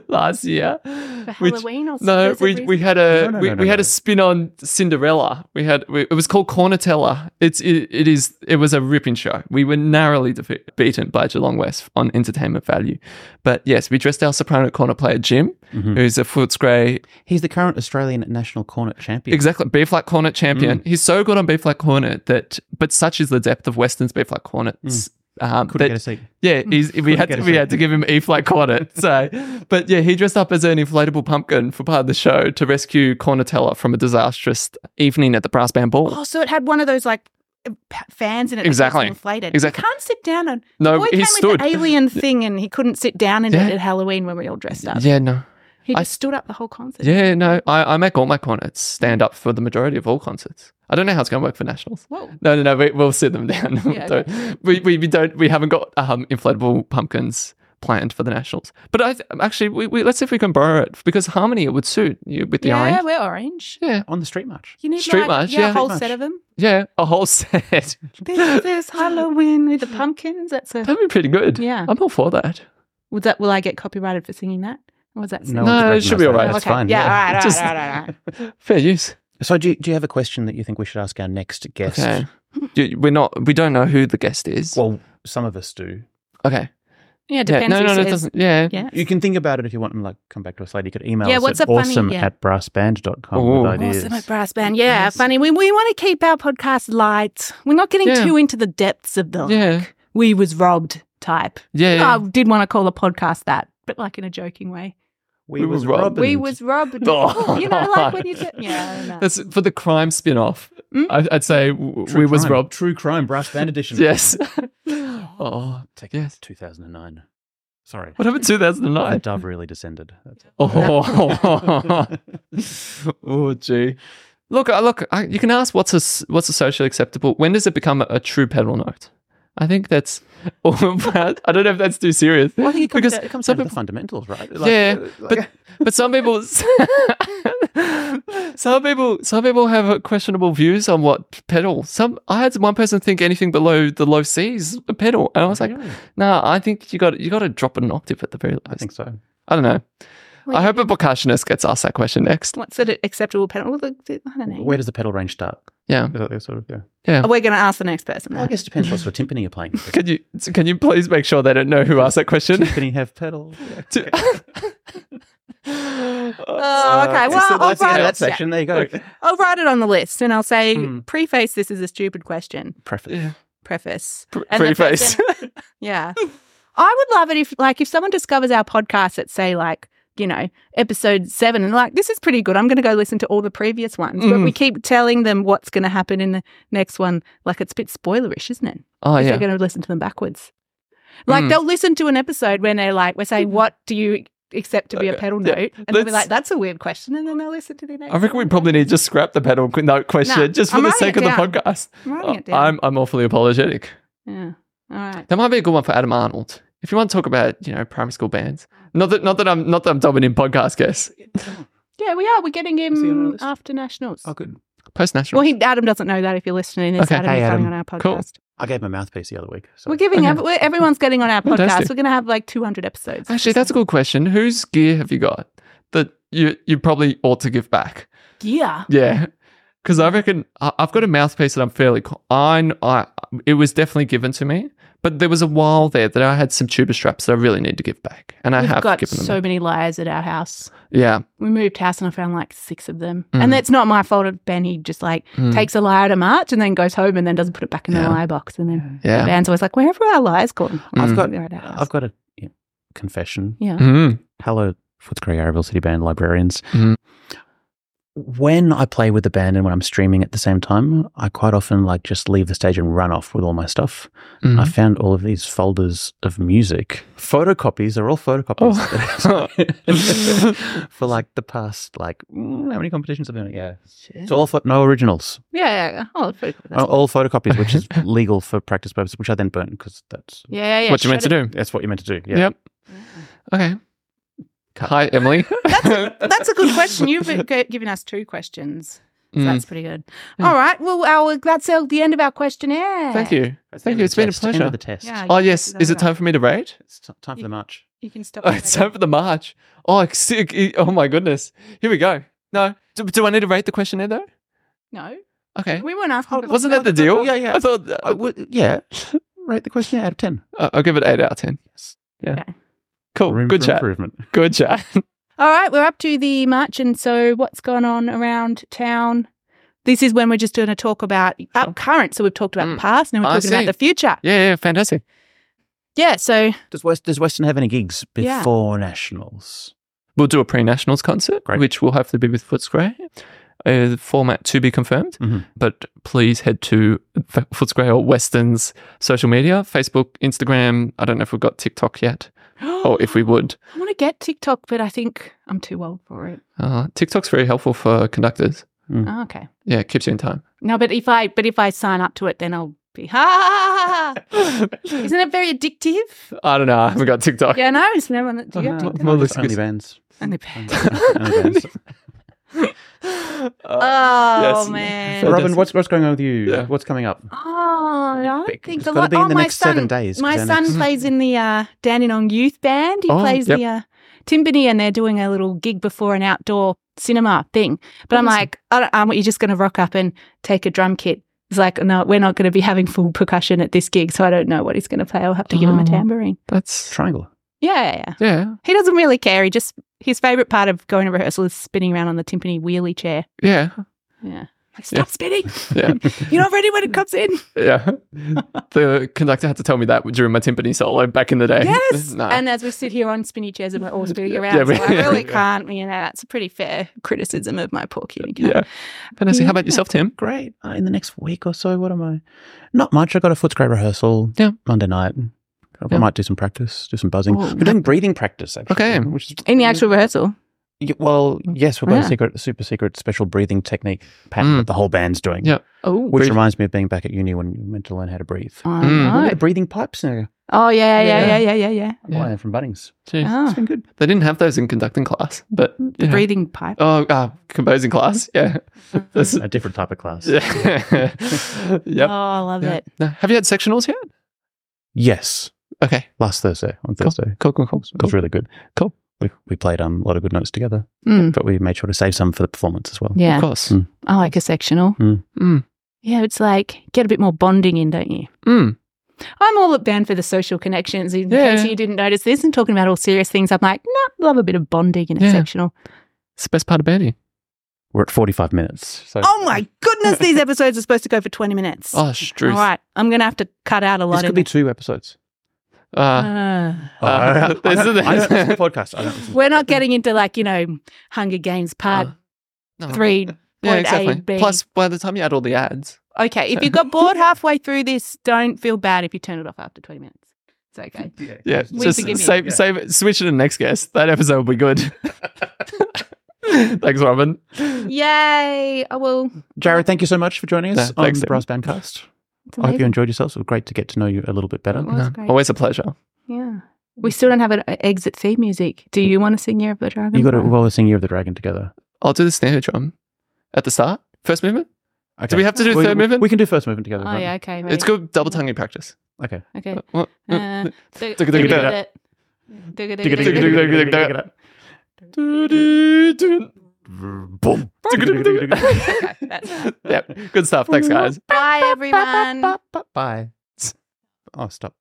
Speaker 3: last year.
Speaker 2: for
Speaker 3: which-
Speaker 2: Halloween or
Speaker 3: no, we, we had a
Speaker 1: No, no,
Speaker 3: we,
Speaker 1: no, no,
Speaker 3: we had
Speaker 1: no.
Speaker 3: a spin on Cinderella. We had we, it was called Cornetella. It's it, it is it was a ripping show. We were narrowly defe- beaten by Geelong West on entertainment value, but yes, we dressed our soprano cornet player Jim,
Speaker 1: Mhm.
Speaker 3: who's a Footscray
Speaker 1: He's the current Australian national cornet champion.
Speaker 3: Exactly. B flat cornet champion.
Speaker 1: Mm.
Speaker 3: He's so good on B flat cornet that, but such is the depth of Western's B flat cornets. Um,
Speaker 1: Mm. Couldn't
Speaker 3: that-
Speaker 1: get a seat.
Speaker 3: yeah, he's, we had
Speaker 1: get
Speaker 3: to,
Speaker 1: a
Speaker 3: we
Speaker 1: seat.
Speaker 3: had to give him E flat cornet. So, but yeah, he dressed up as an inflatable pumpkin for part of the show to rescue Cornetella from a disastrous evening at the brass band ball.
Speaker 2: Oh, so it had one of those like p- fans in it. that was
Speaker 3: Exactly.
Speaker 2: Inflated.
Speaker 3: Exactly.
Speaker 2: You can't sit down on.
Speaker 3: No,
Speaker 2: Boy
Speaker 3: he
Speaker 2: came
Speaker 3: stood.
Speaker 2: with the alien thing, and he couldn't sit down in
Speaker 3: Yeah.
Speaker 2: it at Halloween when we all dressed up.
Speaker 3: Yeah, no.
Speaker 2: He
Speaker 3: I-
Speaker 2: just stood up the whole concert.
Speaker 3: Yeah, no. I, I make all my cornets stand up for the majority of all concerts. I don't know how it's going to work for nationals.
Speaker 2: Whoa.
Speaker 3: No, no, no. We, we'll sit them down.
Speaker 2: Yeah,
Speaker 3: Don't- we, we, we don't. We haven't got um, inflatable pumpkins planned for the nationals. But I th- actually, we, we, let's see if we can borrow it because harmony it would suit you with the
Speaker 2: yeah,
Speaker 3: orange.
Speaker 2: we're orange.
Speaker 3: Yeah,
Speaker 1: On the street march.
Speaker 2: You need
Speaker 3: Street
Speaker 2: like,
Speaker 3: march,
Speaker 2: yeah,
Speaker 3: yeah.
Speaker 2: a whole
Speaker 1: Street
Speaker 2: set
Speaker 1: march.
Speaker 2: of them.
Speaker 3: yeah, a whole set.
Speaker 2: This is Halloween with the pumpkins. That's a
Speaker 3: That'd be pretty good.
Speaker 2: yeah.
Speaker 3: I'm all for that.
Speaker 2: Would that will I get copyrighted for singing that? Or was that
Speaker 1: one's
Speaker 3: No, it should be
Speaker 1: recognised that.
Speaker 3: all
Speaker 1: That's fine.
Speaker 2: Oh, okay.
Speaker 3: right.
Speaker 2: Yeah, all right, all
Speaker 3: Just-
Speaker 2: right, all right, all right.
Speaker 3: Fair use.
Speaker 1: So, do you, do you have a question that you think we should ask our next guest?
Speaker 3: Okay. You- We're not. We don't know who the guest is.
Speaker 1: Well, some of us do.
Speaker 3: okay.
Speaker 2: Yeah, it
Speaker 3: Yeah.
Speaker 2: depends.
Speaker 3: No,
Speaker 2: who
Speaker 3: no, no. It
Speaker 2: says-
Speaker 3: doesn't. Yeah.
Speaker 2: Yeah.
Speaker 1: You can think about it if you want and like come back to us later. You could email
Speaker 2: Yeah,
Speaker 1: us
Speaker 2: what's
Speaker 1: at
Speaker 2: a funny-
Speaker 1: awesome
Speaker 2: yeah.
Speaker 1: at brassband.com
Speaker 3: Ooh.
Speaker 1: with ideas.
Speaker 2: Awesome at brass band. Yeah,
Speaker 3: Yes.
Speaker 2: funny. We, we want to keep our podcast light. We're not getting
Speaker 3: Yeah.
Speaker 2: too into the depths of the
Speaker 3: Yeah.
Speaker 2: we was robbed type.
Speaker 3: Yeah. yeah.
Speaker 2: I did want to call the podcast that, but like in a joking way.
Speaker 1: we,
Speaker 3: We
Speaker 1: was
Speaker 3: were robbed.
Speaker 1: robbed.
Speaker 2: We was robbed.
Speaker 3: Oh,
Speaker 2: you know,
Speaker 3: no.
Speaker 2: like when you get yeah. no.
Speaker 3: That's for the crime spin off.
Speaker 2: Mm.
Speaker 3: I, I'd say w
Speaker 1: True
Speaker 3: we was
Speaker 1: crime.
Speaker 3: robbed.
Speaker 1: True crime brass band edition.
Speaker 3: Yes. oh,
Speaker 1: Take it.
Speaker 3: yes.
Speaker 1: 2009. Sorry.
Speaker 3: What happened to
Speaker 1: The
Speaker 3: 2009?
Speaker 1: dove really descended. That's
Speaker 3: Oh, oh, gee. Look, I- look. I, you can ask what's a s- what's a socially acceptable. When does it become a, a true pedal note? I think that's. I don't know if that's too serious.
Speaker 1: I think it comes,
Speaker 3: Because
Speaker 1: down, it comes
Speaker 3: some
Speaker 1: down to the
Speaker 3: people-
Speaker 1: fundamentals, right?
Speaker 3: Yeah,
Speaker 1: uh,
Speaker 3: but- but some people some people some people have uh, questionable views on what pedal some i had one person think anything below the low c is a pedal and i was like
Speaker 1: Really?
Speaker 3: nah i think you got you got to drop an octave at the very least
Speaker 1: I think so.
Speaker 3: i don't know
Speaker 2: Wait.
Speaker 3: i hope a percussionist gets asked that question next
Speaker 2: What's an acceptable pedal? Well, the- the- I don't know.
Speaker 1: Where does the pedal range start?
Speaker 3: yeah
Speaker 1: Is that the sort of, yeah.
Speaker 2: We're going to ask the next person.
Speaker 1: Well, I
Speaker 2: that.
Speaker 1: guess it depends what sort of timpani you're playing. Does
Speaker 3: can you can you please make sure they don't know who asked that question
Speaker 1: timpani have pedal?
Speaker 3: To-
Speaker 2: Oh, okay. Well,
Speaker 1: so
Speaker 2: I'll
Speaker 1: Uh, that's the end
Speaker 2: write
Speaker 1: of
Speaker 2: it.
Speaker 1: that section. There you go.
Speaker 3: Okay.
Speaker 2: I'll write it on the list and I'll say,
Speaker 3: Hmm.
Speaker 2: preface this is a stupid question.
Speaker 1: Preface.
Speaker 3: yeah.
Speaker 2: Preface.
Speaker 3: Pre-
Speaker 2: And the
Speaker 3: preface
Speaker 2: Yeah. I would love it if, like, if someone discovers our podcast at, say, like, you know, episode seven, and like, this is pretty good. I'm going to go listen to all the previous ones. But
Speaker 3: Mm.
Speaker 2: we keep telling them what's going to happen in the next one. Like, it's a bit spoilerish, isn't it?
Speaker 3: oh
Speaker 2: If
Speaker 3: yeah
Speaker 2: They're going to listen to them backwards. Like,
Speaker 3: Mm.
Speaker 2: they'll listen to an episode when they're like, we're saying, what do you except to be a
Speaker 3: Okay.
Speaker 2: pedal
Speaker 3: Yeah.
Speaker 2: note. And they'll be
Speaker 3: Let's-
Speaker 2: like, that's a weird question. And then they'll listen to the next
Speaker 3: I reckon we
Speaker 2: one.
Speaker 3: probably need to just scrap the pedal qu- note question
Speaker 2: Nah,
Speaker 3: just for
Speaker 2: I'm
Speaker 3: the
Speaker 2: writing
Speaker 3: sake
Speaker 2: it
Speaker 3: of the
Speaker 2: down.
Speaker 3: podcast. Oh,
Speaker 2: I'm writing it down.
Speaker 3: uh, I'm, I'm awfully apologetic.
Speaker 2: yeah. All right.
Speaker 3: That might be a good one for Adam Arnold. If you want to talk about, you know, primary school bands. Not that not that I'm not that I'm dominant in podcast guests.
Speaker 2: Yeah, we are. We're getting
Speaker 1: he on our
Speaker 2: him
Speaker 1: list?
Speaker 2: after nationals.
Speaker 1: Oh, good.
Speaker 3: Post national.
Speaker 2: Well, he, Adam doesn't know that if you're listening. It's
Speaker 3: Okay.
Speaker 2: Adam
Speaker 1: Hey,
Speaker 2: who's coming
Speaker 1: Adam.
Speaker 2: on our podcast.
Speaker 3: Cool.
Speaker 1: I gave him a mouthpiece the other week. So.
Speaker 2: We're giving
Speaker 3: Okay.
Speaker 2: ev- we're- everyone's getting on our podcast.
Speaker 3: Fantastic.
Speaker 2: We're going to have like 200 episodes.
Speaker 3: Actually, that's a good question. Whose gear have you got that you you probably ought to give back?
Speaker 2: yeah.
Speaker 3: Yeah, because I reckon I, I've got a mouthpiece that I'm fairly. co- I, kn- I it was definitely given to me, but there was a while there that I had some tuba straps that I really need to give back, and I
Speaker 2: We've
Speaker 3: have
Speaker 2: got
Speaker 3: given them.
Speaker 2: so many liars at our house.
Speaker 3: yeah,
Speaker 2: We moved house and I found like six of them.
Speaker 3: Mm.
Speaker 2: And that's not my fault. Ben, he just like
Speaker 3: Mm.
Speaker 2: takes a liar to March and then goes home and then doesn't put it back in
Speaker 3: Yeah.
Speaker 2: the liar box. And then the
Speaker 3: yeah.
Speaker 2: band's always like, wherever our liars gone.
Speaker 3: I've
Speaker 2: It's
Speaker 1: got-
Speaker 2: there at our house.
Speaker 1: I've got a yeah, confession.
Speaker 2: yeah.
Speaker 3: Mm.
Speaker 1: Hello, Footscray Arable City Band librarians.
Speaker 3: Mhm.
Speaker 1: When I play with the band and when I'm streaming at the same time, I quite often like just leave the stage and run off with all my stuff.
Speaker 3: Mm.
Speaker 1: I found all of these folders of music, photocopies. They're all photocopies
Speaker 3: Oh.
Speaker 1: for like the past like mm, how many competitions have been? Yeah, it's all pho- no originals,
Speaker 2: Yeah. yeah. Oh, very cool. That's-
Speaker 1: all, all photocopies, which is legal for practice purposes, which I then burn because that's
Speaker 2: yeah, yeah, yeah.
Speaker 3: what you meant to
Speaker 2: Shut
Speaker 3: do?
Speaker 1: that's what you're meant to do. Yeah.
Speaker 3: Yep. Okay. Hi, Emily.
Speaker 2: it- That's a good question. You've g- given us two questions. So
Speaker 3: Mm.
Speaker 2: That's pretty good.
Speaker 3: Mm.
Speaker 2: All right. Well, our, that's our, the end of our questionnaire.
Speaker 3: Thank you. Thank you. It's been a
Speaker 1: End
Speaker 3: pleasure.
Speaker 1: of the test.
Speaker 2: Yeah,
Speaker 3: Oh
Speaker 2: you can
Speaker 3: yes.
Speaker 2: do that
Speaker 3: Is it
Speaker 2: now.
Speaker 3: time for me to rate?
Speaker 1: It's t- time for the march.
Speaker 2: You can stop.
Speaker 3: Oh,
Speaker 2: it
Speaker 3: it's
Speaker 2: later.
Speaker 3: time for the march. Oh, it's sick. E- oh my goodness. Here we go. No. Do, do I need to rate the questionnaire though?
Speaker 2: No,
Speaker 3: Okay.
Speaker 2: we weren't asking. for
Speaker 3: Wasn't that the deal?
Speaker 1: Yeah, yeah.
Speaker 3: I thought uh,
Speaker 1: I would, yeah. Rate the question out of 10.
Speaker 3: I- I'll give it eight out of ten.
Speaker 1: Yes.
Speaker 3: Cool.
Speaker 1: Room
Speaker 3: Oh, Good
Speaker 1: for
Speaker 3: chat.
Speaker 1: improvement.
Speaker 3: Good chat.
Speaker 2: All right, we're up to the march, and so what's going on around town? This is when we're just doing a talk about our current. So we've talked about
Speaker 3: Oh. Mm.
Speaker 2: the past, now we're
Speaker 3: I
Speaker 2: talking
Speaker 3: see.
Speaker 2: about the future.
Speaker 3: yeah. Yeah. Fantastic.
Speaker 2: Yeah. So
Speaker 1: Does, West, does Western have any gigs
Speaker 2: Yeah.
Speaker 1: before nationals?
Speaker 3: We'll do a pre-nationals concert,
Speaker 1: Great.
Speaker 3: which will hopefully be with Footscray. Uh, format to be confirmed,
Speaker 1: Mhm.
Speaker 3: but please head to F- Footscray or Weston's social media, Facebook, Instagram. I don't know if we've got TikTok yet, or if we would.
Speaker 2: I want to get TikTok, but I think I'm too old for it.
Speaker 3: Uh, TikTok's very helpful for conductors.
Speaker 2: Oh, okay.
Speaker 3: Yeah, it keeps you in time.
Speaker 2: No, but if I but if I sign up to it, then I'll be ha ha ha. ha, ha. Isn't it very addictive?
Speaker 3: I don't know. I haven't got TikTok.
Speaker 2: Yeah, no, it's no one that do you have
Speaker 3: Uh-huh.
Speaker 2: TikTok?
Speaker 3: Well, this
Speaker 1: only
Speaker 3: is-
Speaker 1: bands.
Speaker 2: And they
Speaker 1: Only bands.
Speaker 3: Uh,
Speaker 2: Oh
Speaker 3: Yes.
Speaker 2: man.
Speaker 1: So, Robin,
Speaker 3: Fantastic.
Speaker 1: what's, what's going on with you?
Speaker 3: Yeah.
Speaker 1: What's coming up?
Speaker 2: Oh, I don't
Speaker 1: It's
Speaker 2: think a
Speaker 1: gotta
Speaker 2: lot.
Speaker 1: be in
Speaker 2: oh,
Speaker 1: the
Speaker 2: my
Speaker 1: next
Speaker 2: son,
Speaker 1: seven days, 'cause
Speaker 2: My
Speaker 1: our
Speaker 2: son
Speaker 1: next-
Speaker 2: plays in the uh, Dandenong Youth Band. He
Speaker 3: Oh,
Speaker 2: plays
Speaker 3: yep.
Speaker 2: the uh, timpani, and they're doing a little gig before an outdoor cinema thing. But I'm
Speaker 3: Awesome.
Speaker 2: like, I don't, um, you're just going to rock up and take a drum kit. He's like, no, we're not going to be having full percussion at this gig, so I don't know what he's going to play. I'll have to give him
Speaker 3: Oh.
Speaker 2: a tambourine.
Speaker 3: that's
Speaker 1: Triangle.
Speaker 2: Yeah, yeah, yeah.
Speaker 3: yeah,
Speaker 2: He doesn't really care. He just his favorite part of going to rehearsal is spinning around on the timpani wheelie chair.
Speaker 3: yeah,
Speaker 2: Yeah, like,
Speaker 3: Yeah.
Speaker 2: stop spinning.
Speaker 3: yeah,
Speaker 2: You're not ready when it comes in.
Speaker 3: yeah. the conductor had to tell me that during my timpani solo back in the day.
Speaker 2: Yes.
Speaker 3: No.
Speaker 2: And as we sit here on spinny chairs oh, and we're all spinning around,
Speaker 3: Yeah, we-
Speaker 2: so I really
Speaker 3: yeah.
Speaker 2: can't. You know, that's a pretty fair criticism of my poor kitty cat.
Speaker 3: yeah, fantastic. How about
Speaker 2: Yeah.
Speaker 3: yourself, Tim?
Speaker 1: Great. Uh, in the next week or so, what am I? Not much. I got a Footscray rehearsal
Speaker 3: Yeah.
Speaker 1: Monday night. I
Speaker 3: Yeah.
Speaker 1: might do some practice, do some buzzing.
Speaker 3: Ooh.
Speaker 1: We're doing breathing practice, actually.
Speaker 3: Okay.
Speaker 1: Which is
Speaker 2: In the actual rehearsal.
Speaker 1: Y- Well, yes, we've got
Speaker 2: Yeah.
Speaker 1: a secret, super secret special breathing technique pattern
Speaker 3: Mm.
Speaker 1: that the whole band's doing.
Speaker 3: Yeah.
Speaker 2: Oh,
Speaker 1: Which
Speaker 3: Breath-
Speaker 1: reminds me of being back at uni when you were meant to learn how to breathe.
Speaker 2: I
Speaker 3: Mm.
Speaker 1: Look
Speaker 2: know.
Speaker 1: at the breathing pipes now.
Speaker 2: Oh, yeah, yeah,
Speaker 3: Yeah.
Speaker 2: yeah, yeah, yeah, yeah.
Speaker 1: I learned from Bunnings.
Speaker 3: Gee,
Speaker 2: Oh,
Speaker 1: It's been good.
Speaker 3: They didn't have those in conducting class, but you know.
Speaker 2: breathing pipe.
Speaker 3: Oh, uh, composing class. Yeah. That's-
Speaker 1: A different type of class.
Speaker 3: yeah.
Speaker 2: Oh,
Speaker 3: yep.
Speaker 2: I love
Speaker 3: Yeah.
Speaker 2: it.
Speaker 3: No. Have you had sectionals yet?
Speaker 1: Yes,
Speaker 3: Okay.
Speaker 1: last Thursday on
Speaker 3: Cool.
Speaker 1: Thursday.
Speaker 3: Cool. Cool. Cool.
Speaker 1: It
Speaker 3: cool.
Speaker 1: was really good.
Speaker 3: Cool.
Speaker 1: We, we played um, a lot of good notes together,
Speaker 2: Mm,
Speaker 1: but we made sure to save some for the performance as well.
Speaker 3: Of
Speaker 2: yeah,
Speaker 3: course.
Speaker 1: Mm.
Speaker 2: I like a sectional.
Speaker 3: Mm.
Speaker 2: Yeah, it's like get a bit more bonding in, don't you?
Speaker 3: Mm.
Speaker 2: I'm all at band for the social connections. In
Speaker 3: Yeah.
Speaker 2: case you didn't notice this, and talking about all serious things, I'm like, nah, love a bit of bonding in a
Speaker 3: Yeah.
Speaker 2: sectional.
Speaker 3: It's the best part of banding.
Speaker 1: We're at 45 minutes. So
Speaker 2: Oh my goodness, these episodes are supposed to go for 20 minutes.
Speaker 3: Oh, sh- truth.
Speaker 2: All right, I'm going to have to cut out a lot
Speaker 1: This
Speaker 2: of
Speaker 1: could be two episodes.
Speaker 3: Uh,
Speaker 2: Ah.
Speaker 3: Uh, this is the-
Speaker 1: Oh, I don't listen to podcasts. I don't listen to
Speaker 2: We're not getting into like, you know, Hunger Games part
Speaker 3: uh,
Speaker 1: Oh.
Speaker 3: no.
Speaker 2: three.
Speaker 3: Yeah,
Speaker 2: point A,
Speaker 3: exactly.
Speaker 2: B.
Speaker 3: Plus, by the time you add all the ads,
Speaker 2: Okay, if you got bored halfway through this, don't feel bad if you turn it off after 20 minutes. It's okay.
Speaker 3: Yeah,
Speaker 2: We
Speaker 3: just
Speaker 2: forgive you.
Speaker 3: save, save it. Switch to the next guest. That episode will be good. Thanks, Robin.
Speaker 2: Yay! Oh, I will.
Speaker 1: Jared, thank you so much for joining us
Speaker 3: No,
Speaker 1: on
Speaker 3: thanks,
Speaker 1: the
Speaker 3: Evan.
Speaker 1: Brass Bandcast. I hope you enjoyed yourselves. It was great to get to know you a little bit better.
Speaker 2: Well, that's great.
Speaker 3: Always a pleasure.
Speaker 2: Yeah. We still don't have an uh, exit theme music. Do you want to sing Year of the Dragon?
Speaker 1: You got to, well, we're singing Year of the Dragon together.
Speaker 3: I'll do the standard drum at the start. First movement. Do we have to do
Speaker 1: We-
Speaker 3: third movement?
Speaker 1: We can do first movement together.
Speaker 2: Oh,
Speaker 1: right?
Speaker 2: yeah, okay. Maybe.
Speaker 3: it's good double tonguing practice.
Speaker 1: Okay.
Speaker 2: Okay.
Speaker 3: Uh,
Speaker 2: Uh,
Speaker 3: digga, digga,
Speaker 2: digga, digga, digga,
Speaker 3: digga,
Speaker 2: digga.
Speaker 3: digga, digga, Boom.
Speaker 2: Okay, that's it.
Speaker 3: yep. Good stuff. Thanks, guys.
Speaker 2: Bye, everyone.
Speaker 1: Bye. Oh, stop.